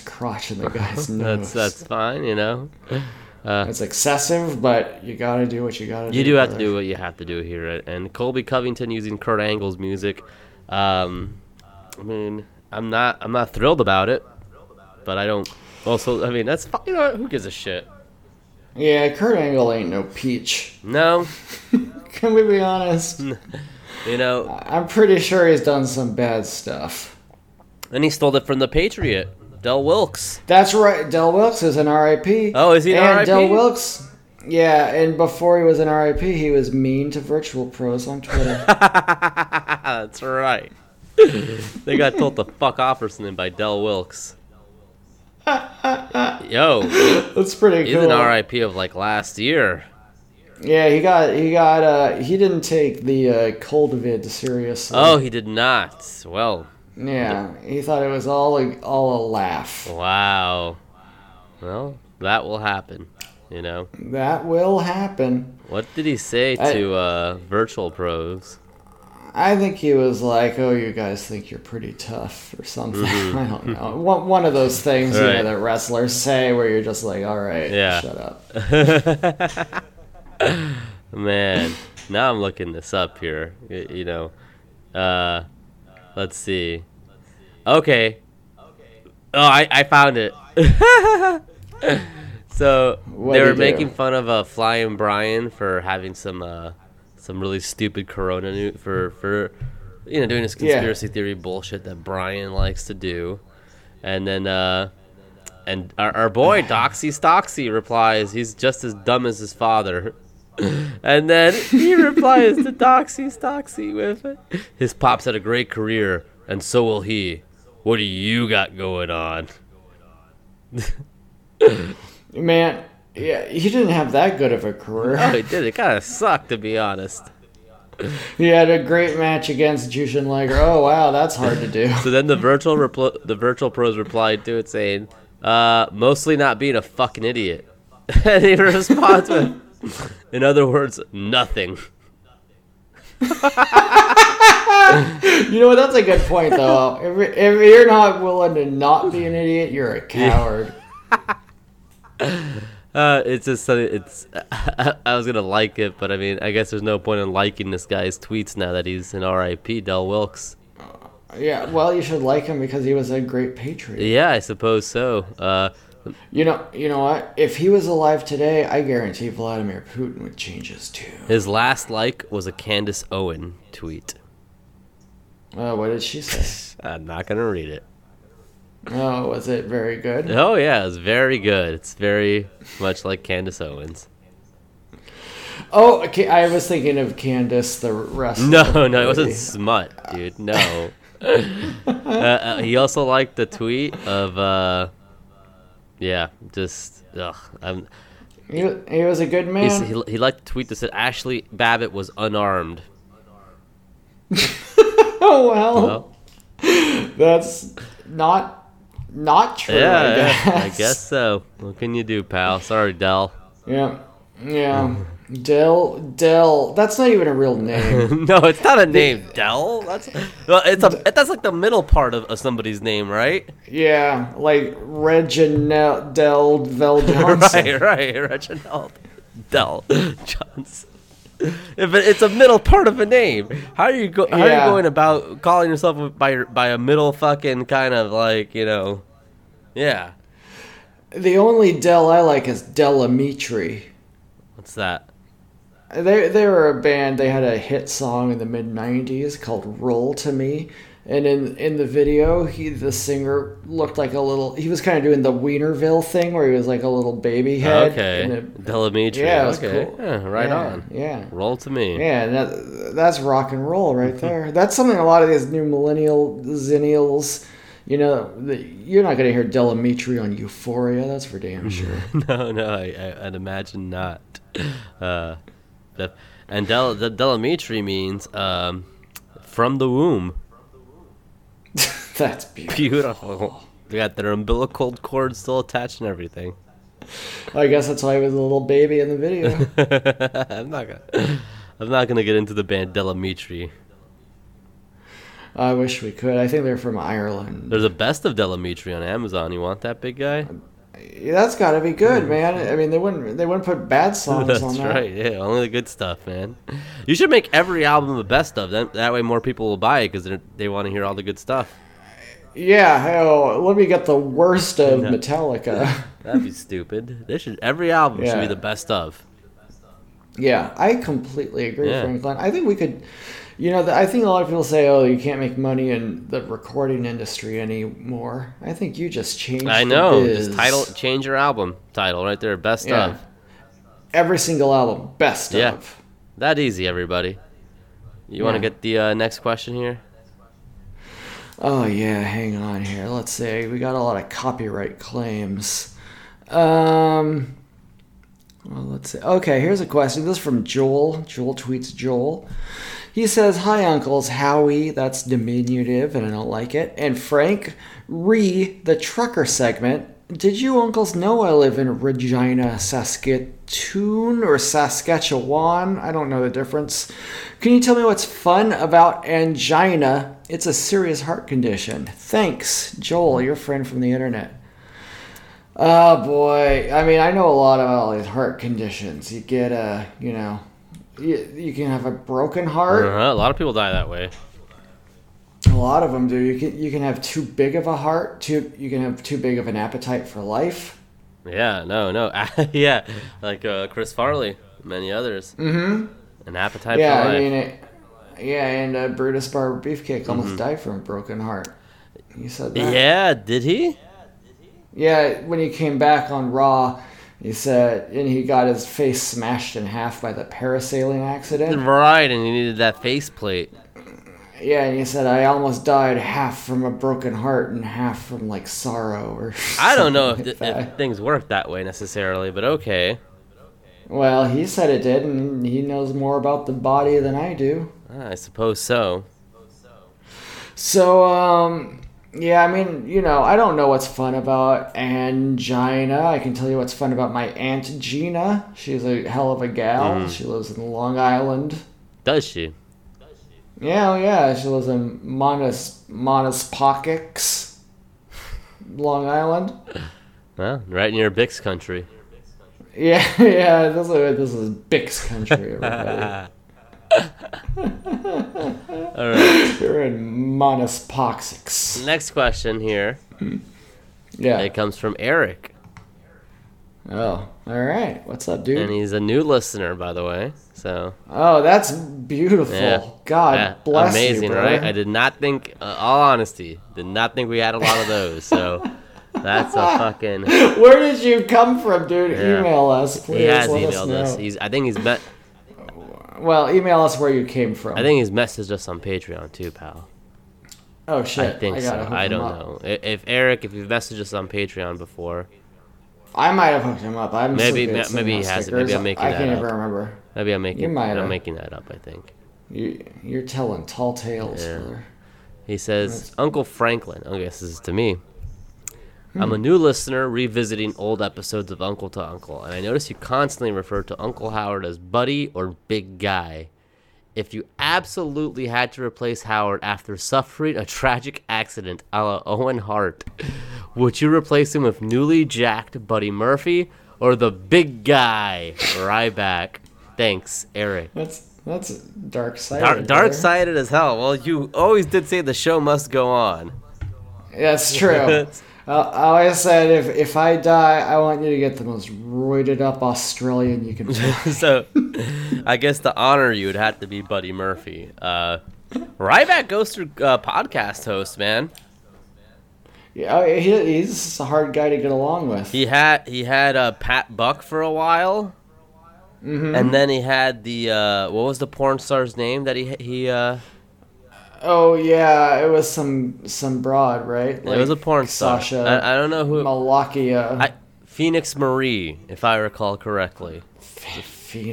Speaker 2: crotch in the guy's
Speaker 1: That's
Speaker 2: nose.
Speaker 1: that's fine, you know.
Speaker 2: It's excessive, but you gotta do what you gotta do.
Speaker 1: You do have to
Speaker 2: brother.
Speaker 1: do what you have to do here. uh, And Colby Covington using Kurt Angle's music. Um, I mean, I'm not I'm not thrilled about it, but I don't Well, so I mean, that's fi- you know what, who gives a shit?
Speaker 2: Yeah, Kurt Angle ain't no peach.
Speaker 1: No,
Speaker 2: Can we be honest?
Speaker 1: you know,
Speaker 2: I'm pretty sure he's done some bad stuff.
Speaker 1: and he stole it from the Patriot, Del Wilkes.
Speaker 2: That's right. Del Wilkes is an RIP.
Speaker 1: Oh, is he an
Speaker 2: and
Speaker 1: RIP?
Speaker 2: Del Wilkes. Yeah, and before he was an RIP, he was mean to virtual pros on Twitter.
Speaker 1: that's right. they got told to fuck off or something by Del Wilkes. Yo,
Speaker 2: That's pretty
Speaker 1: he's
Speaker 2: cool.
Speaker 1: an RIP of like last year.
Speaker 2: Yeah, he got he got uh he didn't take the uh, cold vid seriously.
Speaker 1: Oh, he did not. Well,
Speaker 2: yeah, he thought it was all a, all a laugh.
Speaker 1: wow. Well, that will happen. You know,
Speaker 2: That will happen.
Speaker 1: what did he say
Speaker 2: I-
Speaker 1: to uh, Virtual Pros?
Speaker 2: I think he was like, "Oh, you guys think you're pretty tough" or something. I don't know. One, one of those things you
Speaker 1: Mm-hmm. Right.
Speaker 2: know that wrestlers say where you're just like, "All right,
Speaker 1: Yeah.
Speaker 2: shut up."
Speaker 1: Man, now I'm looking this up here. y- You know, uh, let's see. Okay. Oh, I, I found it. so
Speaker 2: What'd
Speaker 1: they
Speaker 2: he
Speaker 1: were
Speaker 2: do?
Speaker 1: making fun of uh, Flying Brian for having some uh, some really stupid Corona new for for you know doing his
Speaker 2: Yeah.
Speaker 1: conspiracy theory bullshit that Brian likes to do, and then uh, and our, our boy Doxy Stoxy replies, he's just as dumb as his father. and then he replies to Doxy Stoxy with, his pop's had a great career, and so will he. What do you got going on?
Speaker 2: Man, yeah, he didn't have that good of a career.
Speaker 1: Oh, he did. It kind of sucked, to be honest.
Speaker 2: He had a great match against Jushin Liger. Oh wow, that's hard to do.
Speaker 1: So then the virtual repl- the virtual pros replied to it saying, uh, "Mostly not being a fucking idiot." and he responds with, "In other words, nothing."
Speaker 2: You know what? That's a good point, though. if, if you're not willing to not be an idiot, you're a coward.
Speaker 1: Uh, it's just something. It's I was gonna like it, but I mean, I guess there's no point in liking this guy's tweets now that he's an R.I.P. Del Wilkes.
Speaker 2: Yeah. well, you should like him because he was a great patriot.
Speaker 1: Yeah, I suppose so. Uh,
Speaker 2: You know, you know what? If he was alive today, I guarantee Vladimir Putin would change his tune.
Speaker 1: his last like was a Candace Owen tweet.
Speaker 2: Oh, what did she say?
Speaker 1: I'm not gonna read it.
Speaker 2: Oh, was it very good?
Speaker 1: Oh yeah, it's very good. It's very much like Candace Owens.
Speaker 2: Oh, okay. I was thinking of Candace the wrestler.
Speaker 1: No, no, it wasn't smut, dude. No. uh, uh, he also liked the tweet of, uh, yeah, just ugh. I'm,
Speaker 2: He, he was a good man.
Speaker 1: he's, he, he liked the tweet that said Ashley Babbitt was unarmed.
Speaker 2: oh well,
Speaker 1: Well,
Speaker 2: that's not not true. Oh, I
Speaker 1: yeah,
Speaker 2: guess.
Speaker 1: yeah, I guess so. What can you do, pal? Sorry, Dell.
Speaker 2: Yeah. Yeah. Dell Dell. That's not even a real name.
Speaker 1: no, it's not a name, Dell. That's well, it's a that's like the middle part of, of somebody's name, right?
Speaker 2: yeah, like Reginald Dell Vel Johnson.
Speaker 1: Right, right, Reginald Dell Johnson. If it, it's a middle part of a name, how are you go, how
Speaker 2: Yeah.
Speaker 1: are you going about calling yourself by your- by a middle fucking kind of like you know, yeah?
Speaker 2: The only Dell I like is Delamitri.
Speaker 1: What's that?
Speaker 2: They they were a band. They had a hit song in the mid '90s called "Roll to Me," and in in the video, he the singer looked like a little. He was kind of doing the Wienerville thing, where he was like a little baby head.
Speaker 1: Okay,
Speaker 2: and it-
Speaker 1: Delamitri.
Speaker 2: yeah, it was
Speaker 1: okay,
Speaker 2: cool.
Speaker 1: yeah, right
Speaker 2: yeah,
Speaker 1: on.
Speaker 2: Yeah.
Speaker 1: Roll to me.
Speaker 2: Yeah, and that, that's rock and roll right there. that's something a lot of these new millennial zennials, you know, the, you're not going to hear Delamitri on Euphoria. That's for
Speaker 1: Mm-hmm.
Speaker 2: damn sure.
Speaker 1: No, no, I, I, I'd imagine not. Uh, that, and Del, the Delamitri means um, from the womb.
Speaker 2: that's beautiful.
Speaker 1: Beautiful. They got their umbilical cord still attached and everything.
Speaker 2: I guess that's why he was a little baby in the video.
Speaker 1: I'm not gonna. I'm not gonna get into the band Delamitri.
Speaker 2: I wish we could. I think they're from Ireland.
Speaker 1: There's a best of Delamitri on Amazon. You want that big guy?
Speaker 2: Yeah, that's got to be good, man. I mean, they wouldn't they wouldn't put bad songs on
Speaker 1: Mm-hmm. That's
Speaker 2: that.
Speaker 1: right. Yeah, only the good stuff, man. You should make every album the best of. That, that way, more people will buy it because they want to hear all the good stuff.
Speaker 2: Yeah, hell, let me get the worst of Metallica.
Speaker 1: That'd be stupid. They should every album should be
Speaker 2: Yeah.
Speaker 1: the best of.
Speaker 2: Yeah, I completely agree,
Speaker 1: Yeah.
Speaker 2: Franklin. I think we could, you know, th- I think a lot of people say, "Oh, you can't make money in the recording industry anymore." I think you just changed.
Speaker 1: I
Speaker 2: the
Speaker 1: know.
Speaker 2: biz.
Speaker 1: Just title change your album title right there, best
Speaker 2: Yeah.
Speaker 1: of.
Speaker 2: every single album, best
Speaker 1: Yeah.
Speaker 2: of.
Speaker 1: That easy, everybody. You want to
Speaker 2: Yeah.
Speaker 1: get the uh, next question here?
Speaker 2: Oh yeah, hang on here. Let's see. We got a lot of copyright claims. Um, well, let's see. Okay, here's a question. This is from Joel. Joel tweets Joel. He says, "Hi, uncles. Howie. That's diminutive, and I don't like it. And Frank, re the trucker segment. Did you uncles know I live in Regina, Saskatoon, or Saskatchewan? I don't know the difference. Can you tell me what's fun about angina? It's a serious heart condition. Thanks, Joel, your friend from the internet. Oh boy, I mean, I know a lot about all these heart conditions. You get a, you know, you, you can have a broken heart.
Speaker 1: Uh-huh. A lot of people die that way.
Speaker 2: A lot of them do. You can you can have too big of a heart. Too you can have too big of an appetite for life.
Speaker 1: Yeah, no, no. yeah, like uh, Chris Farley, many others. Mm-hmm. An appetite
Speaker 2: yeah,
Speaker 1: for life.
Speaker 2: I mean it. Yeah, and uh, Brutus Barber Beefcake almost died from a broken heart. You said that.
Speaker 1: Mm-hmm. yeah, did he?
Speaker 2: Yeah, when he came back on Raw, he said, and he got his face smashed in half by the parasailing
Speaker 1: Mm-hmm.
Speaker 2: accident.
Speaker 1: Right, and he needed that faceplate.
Speaker 2: Yeah, and he said, I almost died half from a broken heart and half from like sorrow or.
Speaker 1: I don't know if,
Speaker 2: something
Speaker 1: th-
Speaker 2: like that.
Speaker 1: if things work that way necessarily, but okay.
Speaker 2: Well, he said it did, and he knows more about the body than I do.
Speaker 1: I suppose so.
Speaker 2: So, um, yeah, I mean, you know, I don't know what's fun about angina. I can tell you what's fun about my aunt Gina. She's a hell of a gal.
Speaker 1: Mm-hmm.
Speaker 2: She lives in Long Island.
Speaker 1: Does she?
Speaker 2: Yeah, oh, yeah, she lives in Monas Monaspockex, Long Island.
Speaker 1: Well, right near Bix country.
Speaker 2: Yeah, yeah, this is this is Bix country. Everybody.
Speaker 1: All right.
Speaker 2: We're in Monaspockex.
Speaker 1: Next question here.
Speaker 2: Yeah.
Speaker 1: It comes from Eric,
Speaker 2: Oh, all right. What's up, dude?
Speaker 1: and he's a new listener, by the way. So
Speaker 2: Oh, that's beautiful.
Speaker 1: Yeah.
Speaker 2: God
Speaker 1: yeah,
Speaker 2: bless
Speaker 1: amazing,
Speaker 2: you, brother.
Speaker 1: right? I did not think, uh, all honesty, did not think we had a lot of those. So that's a fucking.
Speaker 2: Where did you come from, dude?
Speaker 1: Yeah.
Speaker 2: Email us, please.
Speaker 1: He has
Speaker 2: Let
Speaker 1: emailed us.
Speaker 2: us. Know.
Speaker 1: He's. I think he's. Met,
Speaker 2: Well, email us where you came from.
Speaker 1: I think he's messaged us on Patreon too, pal.
Speaker 2: oh shit,
Speaker 1: I think
Speaker 2: gotta
Speaker 1: so.
Speaker 2: hook
Speaker 1: I
Speaker 2: him
Speaker 1: don't
Speaker 2: up.
Speaker 1: know. I- If Eric, if you've messaged us on Patreon before,
Speaker 2: I might have hooked him up. I'm so
Speaker 1: Maybe-
Speaker 2: good at
Speaker 1: ma- maybe he
Speaker 2: sending out
Speaker 1: hasn't.
Speaker 2: stickers.
Speaker 1: Maybe I'm making
Speaker 2: I
Speaker 1: that
Speaker 2: can't
Speaker 1: up.
Speaker 2: even remember.
Speaker 1: maybe I'm making.
Speaker 2: You might
Speaker 1: I'm
Speaker 2: have.
Speaker 1: making that up. I think
Speaker 2: You, you're telling tall tales, brother.
Speaker 1: he says Uncle Franklin. I guess this is to me. I'm a new listener revisiting old episodes of Uncle to Uncle, and I notice you constantly refer to Uncle Howard as Buddy or Big Guy. If you absolutely had to replace Howard after suffering a tragic accident a la Owen Hart, would you replace him with newly jacked Buddy Murphy or the big guy Ryback? Thanks, Eric.
Speaker 2: That's that's dark side.
Speaker 1: Dark, dark sided as hell. Well, you always did say the show must go on.
Speaker 2: That's true. Uh, I always said if if I die, I want you to get the most roided up Australian you can find.
Speaker 1: so, I guess to honor you would have to be Buddy Murphy. Uh, Ryback goes through uh, podcast host, man.
Speaker 2: Yeah, oh, he, he's a hard guy to get along with.
Speaker 1: He had he had uh, Pat Buck for a while,
Speaker 2: Mm-hmm.
Speaker 1: and then he had the uh, what was the porn star's name that he he uh,
Speaker 2: oh yeah, it was some some broad, right?
Speaker 1: it was a porn star.
Speaker 2: Sasha.
Speaker 1: I, I don't know who
Speaker 2: Malakia.
Speaker 1: I, Phoenix Marie, if I recall correctly.
Speaker 2: Phoenix,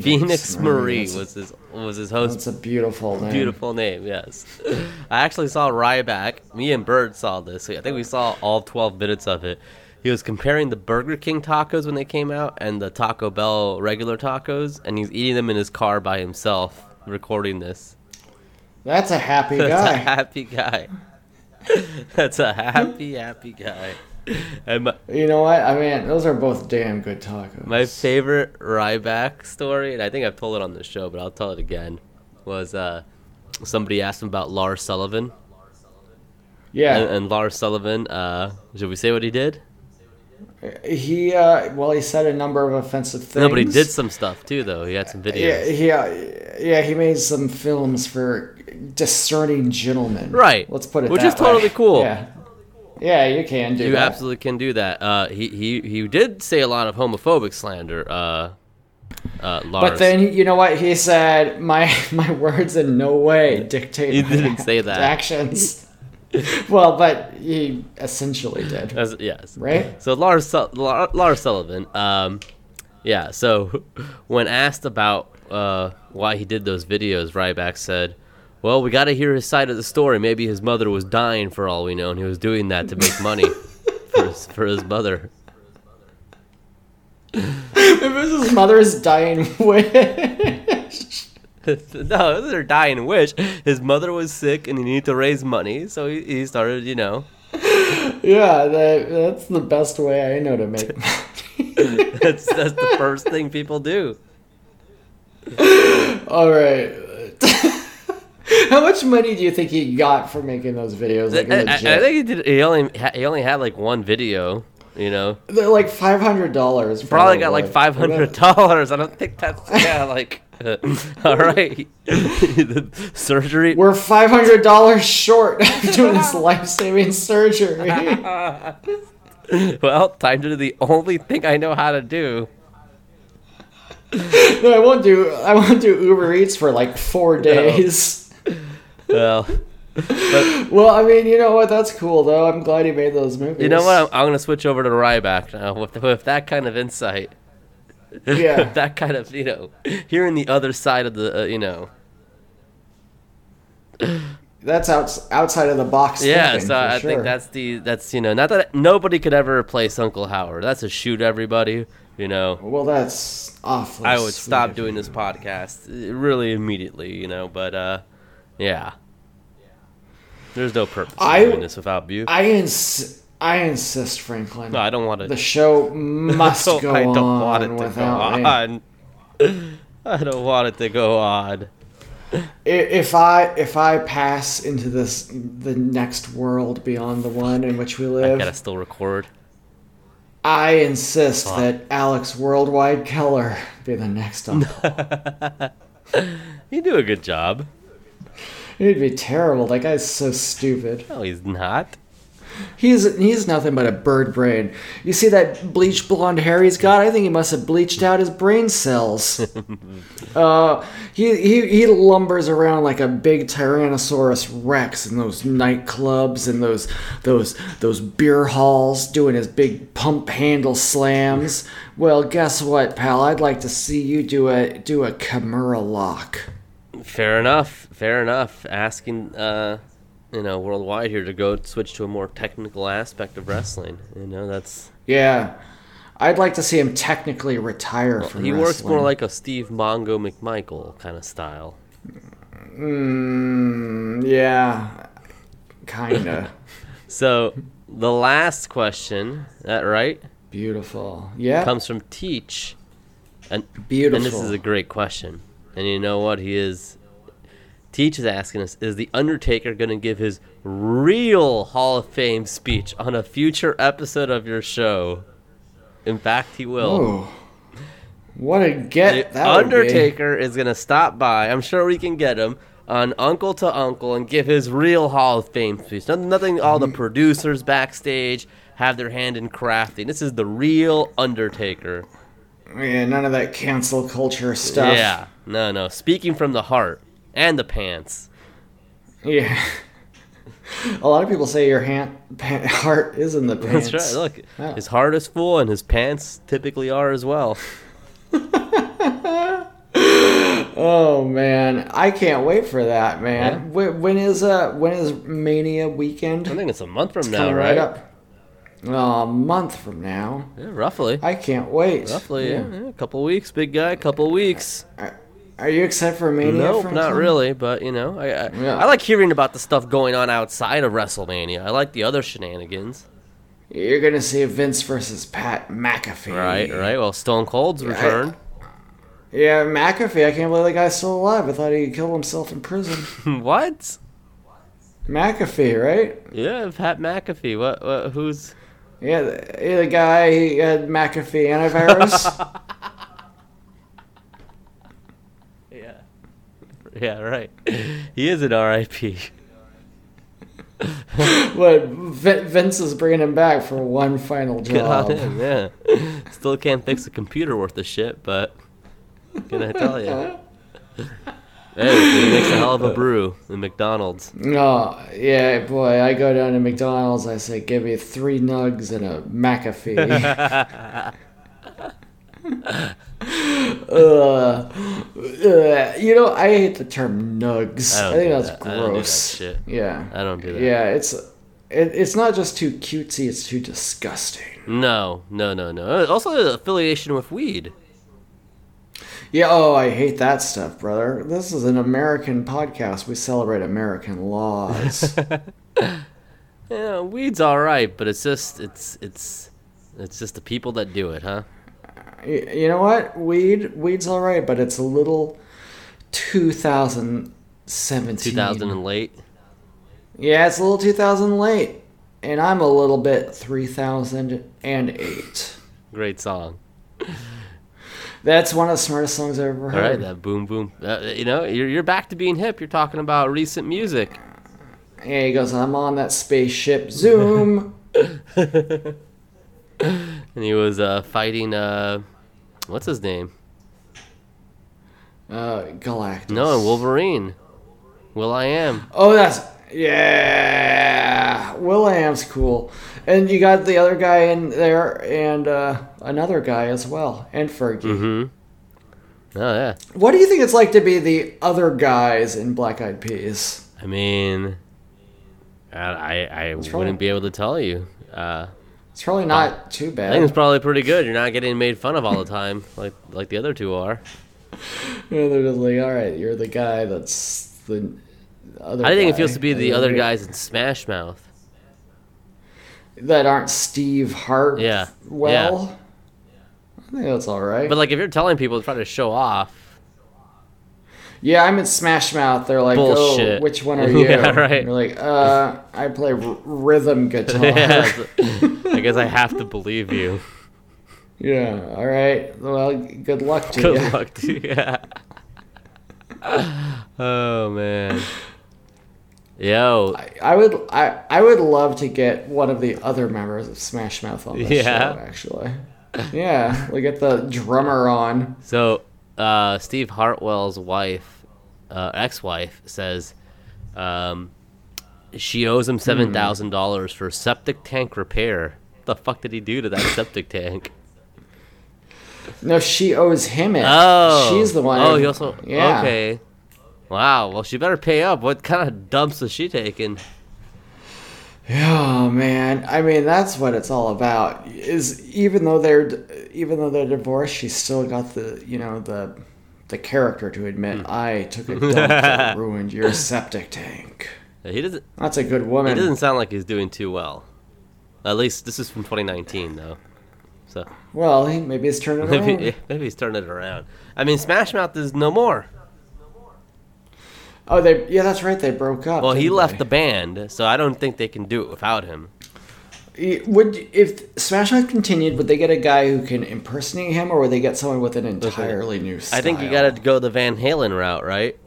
Speaker 1: Phoenix Marie
Speaker 2: That's-
Speaker 1: was his was his host
Speaker 2: That's a beautiful name.
Speaker 1: Beautiful name, yes. I actually saw Ryback. Me and Bird saw this. I think we saw all 12 minutes of it. He was comparing the Burger King tacos when they came out and the Taco Bell regular tacos, and he's eating them in his car by himself, recording this.
Speaker 2: That's a happy
Speaker 1: That's a
Speaker 2: guy.
Speaker 1: happy guy. That's a happy, happy guy. And my,
Speaker 2: you know what? I mean, those are both damn good tacos.
Speaker 1: my favorite Ryback story, and I think I've told it on the show, but I'll tell it again, was uh, somebody asked him about Lars Sullivan.
Speaker 2: Yeah.
Speaker 1: And, and Lars Sullivan, uh, should we say what he did?
Speaker 2: He uh, well, he said a number of offensive things.
Speaker 1: No, but he did some stuff too, though. He had some videos.
Speaker 2: Yeah, he, uh, yeah, he made some films for discerning gentlemen.
Speaker 1: Right.
Speaker 2: Let's put it
Speaker 1: Which
Speaker 2: that
Speaker 1: is totally
Speaker 2: way.
Speaker 1: cool.
Speaker 2: Yeah. Yeah, you can do
Speaker 1: You
Speaker 2: that.
Speaker 1: absolutely can do that. Uh, he, he he did say a lot of homophobic slander. Uh, uh, Lars.
Speaker 2: But then you know what he said? My my words in no way dictate.
Speaker 1: He
Speaker 2: my
Speaker 1: didn't say that.
Speaker 2: Actions. well, but he essentially did.
Speaker 1: As- yes.
Speaker 2: Right?
Speaker 1: So Lars Su- Lar- Lars Sullivan. Um, yeah. So when asked about uh, why he did those videos, Ryback said, "Well, we got to hear his side of the story. Maybe his mother was dying for all we know, and he was doing that to make money for his, for his mother."
Speaker 2: if it was his mother's dying wish.
Speaker 1: no, this is her dying wish. His mother was sick, and he needed to raise money, so he, he started, you know.
Speaker 2: yeah, that, that's the best way I know to make.
Speaker 1: that's that's the first thing people do.
Speaker 2: All right. How much money do you think he got for making those videos? Like,
Speaker 1: I, I- I
Speaker 2: legit?
Speaker 1: think he did. He only ha- he only had like one video, you know.
Speaker 2: They're like five hundred dollars.
Speaker 1: Probably got like five hundred dollars. I don't think that's yeah. Like, all right, The surgery.
Speaker 2: We're five hundred dollars short of doing this life-saving surgery.
Speaker 1: Well, time to do the only thing I know how to do.
Speaker 2: no, I won't do. I won't do Uber Eats for like four days.
Speaker 1: Well,
Speaker 2: Well, I mean, you know what? That's cool though. I'm glad he made those movies.
Speaker 1: you know what? I'm, I'm gonna switch over to Ryback now with, with that kind of insight.
Speaker 2: Yeah.
Speaker 1: that kind of you know, hearing the other side of the uh, you know.
Speaker 2: That's outs- outside of the box.
Speaker 1: Yeah,
Speaker 2: thinking,
Speaker 1: so
Speaker 2: for
Speaker 1: I
Speaker 2: sure.
Speaker 1: think that's the that's you know not that nobody could ever replace Uncle Howard. That's a shoot everybody. You know,
Speaker 2: Well, that's awful.
Speaker 1: I would stop doing this podcast eh, really immediately. You know, but uh, yeah, there's no purpose
Speaker 2: I-
Speaker 1: in doing this without you.
Speaker 2: I ins- I insist, Franklin.
Speaker 1: no, I don't want to.
Speaker 2: The show must
Speaker 1: don't,
Speaker 2: go
Speaker 1: I don't
Speaker 2: on
Speaker 1: want it to go
Speaker 2: without me.
Speaker 1: on. I don't want it to go on.
Speaker 2: I- If I if I pass into this the next world beyond the one in which we
Speaker 1: I
Speaker 2: live,
Speaker 1: gotta still record.
Speaker 2: I insist that Alex Worldwide Keller be the next uncle.
Speaker 1: You do a good job.
Speaker 2: It'd be terrible. That guy's so stupid.
Speaker 1: No, he's not.
Speaker 2: He's he's nothing but a bird brain. You see that bleached blonde hair he's got? I think he must have bleached out his brain cells. uh, he, he he lumbers around like a big Tyrannosaurus Rex in those nightclubs and those those those beer halls, doing his big pump handle slams. Well, guess what, pal? I'd like to see you do a do a Kimura lock.
Speaker 1: Fair enough. Fair enough. Asking, uh, you know, worldwide here to go switch to a more technical aspect of wrestling. You know, that's
Speaker 2: Yeah. I'd like to see him technically retire from
Speaker 1: he works more
Speaker 2: wrestling.
Speaker 1: like a Steve Mongo McMichael kind of style.
Speaker 2: Mm, yeah, kinda
Speaker 1: So the last question, that right,
Speaker 2: beautiful. Yeah,
Speaker 1: comes from Teach, and
Speaker 2: beautiful.
Speaker 1: and this is a great question. And you know what he is. Teach is asking us: Is the Undertaker going to give his real Hall of Fame speech on a future episode of your show? In fact, he will.
Speaker 2: Ooh. what a get!
Speaker 1: The
Speaker 2: That would be.
Speaker 1: Undertaker is gonna stop by. I'm sure we can get him on Uncle to Uncle and give his real Hall of Fame speech. Nothing, nothing all
Speaker 2: Mm-hmm.
Speaker 1: the producers backstage have their hand in crafting. This is the real Undertaker.
Speaker 2: Yeah, none of that cancel culture stuff.
Speaker 1: Yeah. No, no. Speaking from the heart and the pants.
Speaker 2: yeah. a lot of people say your hand, pa- heart is in the pants.
Speaker 1: That's right. Look,
Speaker 2: Yeah.
Speaker 1: his heart is full and his pants typically are as well.
Speaker 2: Oh man, I can't wait for that, man. Wh- when is uh when is Mania weekend?
Speaker 1: I think it's a month from now,
Speaker 2: Coming
Speaker 1: right?
Speaker 2: up. Oh, a month from now.
Speaker 1: Yeah, roughly.
Speaker 2: I can't wait.
Speaker 1: Roughly, yeah. yeah. A couple weeks, big guy. Couple weeks.
Speaker 2: Are you excited for Mania?
Speaker 1: Nope, not
Speaker 2: Franklin?
Speaker 1: really. But you know, I I,
Speaker 2: Yeah.
Speaker 1: I like hearing about the stuff going on outside of WrestleMania. I like the other shenanigans.
Speaker 2: You're gonna see Vince versus Pat McAfee.
Speaker 1: Right, right. Well, Stone Cold's return.
Speaker 2: Yeah, McAfee. I can't believe the guy's still alive. I thought he killed himself in prison.
Speaker 1: what?
Speaker 2: McAfee, right?
Speaker 1: Yeah, Pat McAfee. What? what who's?
Speaker 2: Yeah, the, yeah, the guy he had McAfee antivirus.
Speaker 1: Yeah. Yeah. Right. he is an R.I.P.
Speaker 2: but Vin- Vince is bringing him back for one final
Speaker 1: Good on
Speaker 2: job.
Speaker 1: him. Yeah. Still can't fix a computer worth a shit, but can I tell you? Hey, he makes a hell of a brew in McDonald's.
Speaker 2: No, yeah, boy, I go down to McDonald's. I say, give me three nugs and a McAfee. Ugh. Ugh. Uh, you know, I hate the term nugs.
Speaker 1: I
Speaker 2: I,
Speaker 1: don't do
Speaker 2: think that's
Speaker 1: that. I don't do that
Speaker 2: gross.
Speaker 1: shit.
Speaker 2: Yeah.
Speaker 1: I don't do that.
Speaker 2: Yeah, it's it, it's not just too cutesy. It's too disgusting.
Speaker 1: No, no, no, no. Also, the affiliation with weed.
Speaker 2: Yeah. Oh, I hate that stuff, brother. This is an American podcast. We celebrate American laws.
Speaker 1: Yeah, weed's all right, but it's just it's it's it's just the people that do it, huh?
Speaker 2: Y- you know what? Weed, weed's all right, but it's a little 2017.
Speaker 1: Two thousand and late.
Speaker 2: Yeah, it's a little 2000 late, and I'm a little bit 3008.
Speaker 1: Great song.
Speaker 2: That's one of the smartest songs I've ever
Speaker 1: All right,
Speaker 2: heard.
Speaker 1: that boom boom. Uh, you know, you're you're back to being hip. You're talking about recent music.
Speaker 2: Yeah, he goes, I'm on that spaceship, zoom.
Speaker 1: And he was uh, fighting uh, what's his name?
Speaker 2: uh, Galactus.
Speaker 1: No, Wolverine. Will I am.
Speaker 2: Oh, that's yeah. Willam's cool, and you got the other guy in there, and uh, another guy as well, and Fergie.
Speaker 1: Mm-hmm. Oh yeah.
Speaker 2: What do you think it's like to be the other guys in Black Eyed Peas?
Speaker 1: I mean, I I, I
Speaker 2: wrong?
Speaker 1: wouldn't be able to tell you. Uh,
Speaker 2: It's probably not too
Speaker 1: I think it's
Speaker 2: bad.
Speaker 1: probably pretty good. You're not getting made fun of all the time like like the other two are.
Speaker 2: You know, they're just like, all right, you're the guy that's the other.
Speaker 1: I think it
Speaker 2: guy."
Speaker 1: feels to be
Speaker 2: And
Speaker 1: the
Speaker 2: then
Speaker 1: other
Speaker 2: you-
Speaker 1: guys in Smash Mouth.
Speaker 2: that aren't Steve Hart.
Speaker 1: Yeah,
Speaker 2: Well, I think that's all right.
Speaker 1: But like if you're telling people to try to show off,
Speaker 2: Yeah, I'm in Smash Mouth. They're like,
Speaker 1: Bullshit.
Speaker 2: oh, which one are you?
Speaker 1: Yeah, right.
Speaker 2: You're like, uh, I play r- rhythm guitar.
Speaker 1: yeah,
Speaker 2: yeah.
Speaker 1: it's- I guess I have to believe you.
Speaker 2: all right. Well, good luck to
Speaker 1: Good
Speaker 2: you.
Speaker 1: luck to you. Yeah. Oh man. Yo,
Speaker 2: I would, I, I would love to get one of the other members of Smash Mouth on this
Speaker 1: Yeah.
Speaker 2: show, actually. Yeah, we get the drummer on.
Speaker 1: So, uh, Steve Hartwell's wife, uh, ex-wife, says um, she owes him
Speaker 2: Hmm.
Speaker 1: seven thousand dollars for septic tank repair. The fuck did he do to that septic tank?
Speaker 2: No, she owes him it.
Speaker 1: Oh,
Speaker 2: she's the one.
Speaker 1: Oh,
Speaker 2: who-
Speaker 1: he also.
Speaker 2: Yeah.
Speaker 1: Okay. Wow. Well, she better pay up. What kind of dumps is she taking?
Speaker 2: Oh man, I mean that's what it's all about. Is even though they're even though they're divorced, she's still got the you know the the character to
Speaker 1: Hmm.
Speaker 2: admit I took a dump that ruined your septic tank.
Speaker 1: He doesn't.
Speaker 2: That's a good
Speaker 1: He
Speaker 2: woman.
Speaker 1: doesn't sound like he's doing too well. At least this is from 2019, though. So
Speaker 2: Well, he, maybe he's turned it around.
Speaker 1: maybe maybe he's turning it around. I mean, Smash Mouth is no more.
Speaker 2: Oh, they yeah, that's right. They broke up.
Speaker 1: Well, he
Speaker 2: didn't
Speaker 1: left
Speaker 2: they?
Speaker 1: the band, so I don't think they can do it without him.
Speaker 2: He- Would if Smash Mouth continued, would they get a guy who can impersonate him, or would they get someone with an entirely new style?
Speaker 1: I think you got to go the Van Halen route, right?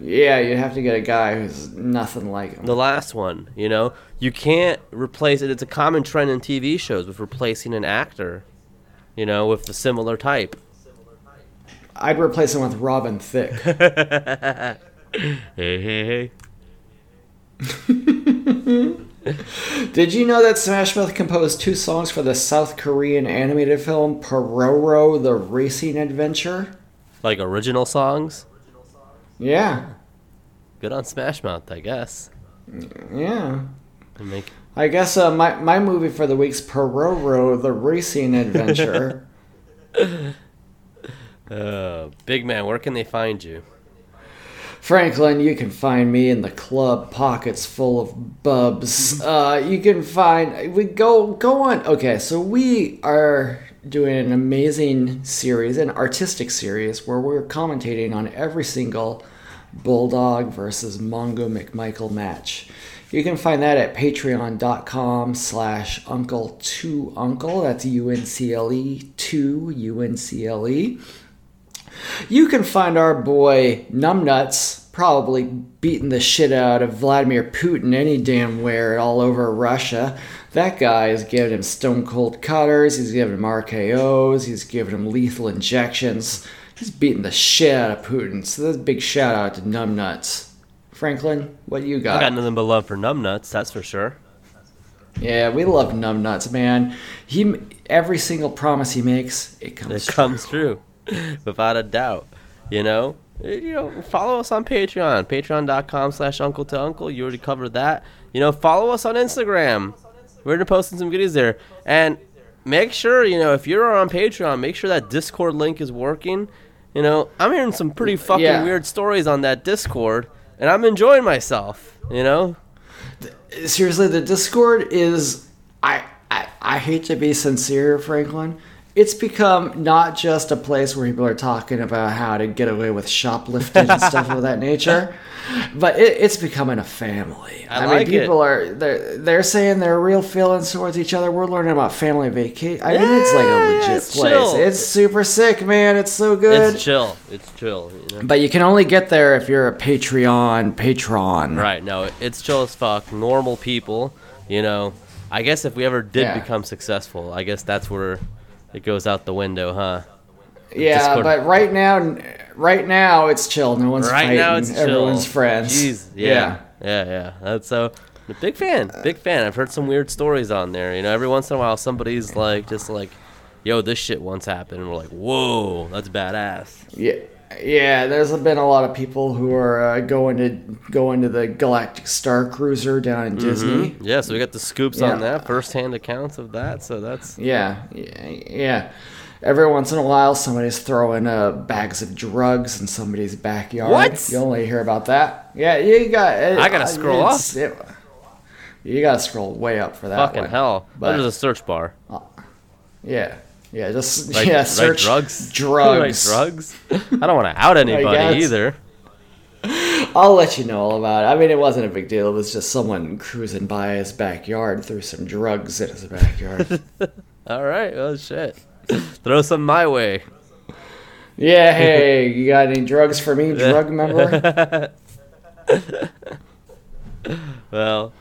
Speaker 2: Yeah, you'd have to get a guy who's nothing like him.
Speaker 1: The last one, you know, you can't replace it. It's a common trend in TV shows with replacing an actor, you know, with a similar type.
Speaker 2: I'd replace him with Robin Thicke.
Speaker 1: Hey, hey, hey.
Speaker 2: Did you know that Smash Mouth composed two songs for the South Korean animated film Pororo the Racing Adventure?
Speaker 1: Like original songs.
Speaker 2: Yeah,
Speaker 1: Good on Smash Mouth, I guess.
Speaker 2: yeah.
Speaker 1: And make
Speaker 2: I guess uh, my, my movie for the week's Pororo the Racing Adventure.
Speaker 1: uh, big man, where can they find you?
Speaker 2: Franklin, you can find me in the club, pockets full of bubs. Uh, you can find we go go on. Okay, so we are doing an amazing series, an artistic series, where we're commentating on every single Bulldog versus Mongo McMichael match. You can find that at patreon.com slash uncle2uncle. That's U-N-C-L-E 2 U-N-C-L-E. You can find our boy Numbnuts probably beating the shit out of Vladimir Putin any damn where all over Russia. That guy is giving him stone cold cutters, he's giving him RKOs, he's giving him lethal injections. He's beating the shit out of Putin. So that's a big shout out to Numbnuts. Franklin, what you
Speaker 1: I got nothing but love for numbnuts, that's for sure.
Speaker 2: Yeah, we love Numbnuts, man. He every single promise he makes, it
Speaker 1: It
Speaker 2: comes.
Speaker 1: comes true, without a doubt. You know, Eh, you know, follow us on Patreon, patreon.com slash uncle to uncle. You already covered that. You know, follow us on Instagram. We're gonna posting some goodies there, and make sure you know if you're on Patreon, make sure that Discord link is working. You know, I'm hearing some pretty fucking
Speaker 2: Yeah.
Speaker 1: weird stories on that Discord, and I'm enjoying myself. You know,
Speaker 2: seriously, the Discord is I, I I hate to be sincere, Franklin. It's become not just a place where people are talking about how to get away with shoplifting and stuff of that nature, but it, it's becoming a family.
Speaker 1: I
Speaker 2: mean,
Speaker 1: like it.
Speaker 2: people are they're they're saying their real feelings towards each other. We're learning about family vacation. I mean, it's like a
Speaker 1: Yeah,
Speaker 2: legit
Speaker 1: it's
Speaker 2: place.
Speaker 1: chill.
Speaker 2: It's super sick, man. It's so good.
Speaker 1: it's chill. It's chill. You know?
Speaker 2: but you can only get there if you're a Patreon patron.
Speaker 1: Right. No, it's chill as fuck. Normal people, you know. I guess if we ever did
Speaker 2: Yeah.
Speaker 1: become successful, I guess that's where it goes out the window, huh?
Speaker 2: Yeah,
Speaker 1: Discord.
Speaker 2: but right now, right now it's chill. No one's
Speaker 1: Right
Speaker 2: fighting.
Speaker 1: now, it's chill.
Speaker 2: Everyone's friends.
Speaker 1: Jeez. Yeah. Yeah. Yeah. That's so. a Big fan. Big fan. I've heard some weird stories on there. You know, every once in a while, somebody's like, just like, yo, this shit once happened. And we're like, whoa, that's badass.
Speaker 2: yeah, yeah. There's been a lot of people who are uh, going to going to the Galactic Star Cruiser down
Speaker 1: Mm-hmm.
Speaker 2: in Disney.
Speaker 1: Yeah. So we got the scoops on
Speaker 2: Yeah.
Speaker 1: that, firsthand accounts of that. So that's.
Speaker 2: Yeah, yeah, yeah. Every once in a while, somebody's throwing uh, bags of drugs in somebody's backyard.
Speaker 1: What?
Speaker 2: You only hear about that. Yeah, you got. It,
Speaker 1: I gotta
Speaker 2: uh,
Speaker 1: scroll
Speaker 2: it's- it- you gotta scroll way up for that.
Speaker 1: Fucking
Speaker 2: one.
Speaker 1: hell.
Speaker 2: But-
Speaker 1: There's a search bar.
Speaker 2: Yeah. Yeah, just
Speaker 1: Like,
Speaker 2: yeah,
Speaker 1: like
Speaker 2: search
Speaker 1: drugs.
Speaker 2: Drugs.
Speaker 1: Like drugs. I don't want to out anybody
Speaker 2: guess.
Speaker 1: either.
Speaker 2: I'll let you know all about it. I mean, it wasn't a big deal. It was just someone cruising by his backyard, threw some drugs in his backyard.
Speaker 1: All right. Well, shit. Throw some my way.
Speaker 2: yeah, hey, you got any drugs for me, drug member?
Speaker 1: Well,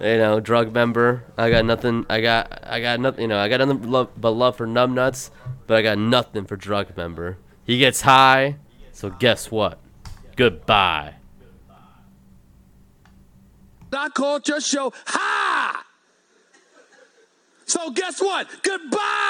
Speaker 1: you know, drug member. I got nothing. I got. I got nothing. You know, I got nothing but love, but love for numbnuts, but I got nothing for drug member. He gets high, so guess what? Goodbye.
Speaker 3: I called your show. Ha! So guess what? Goodbye!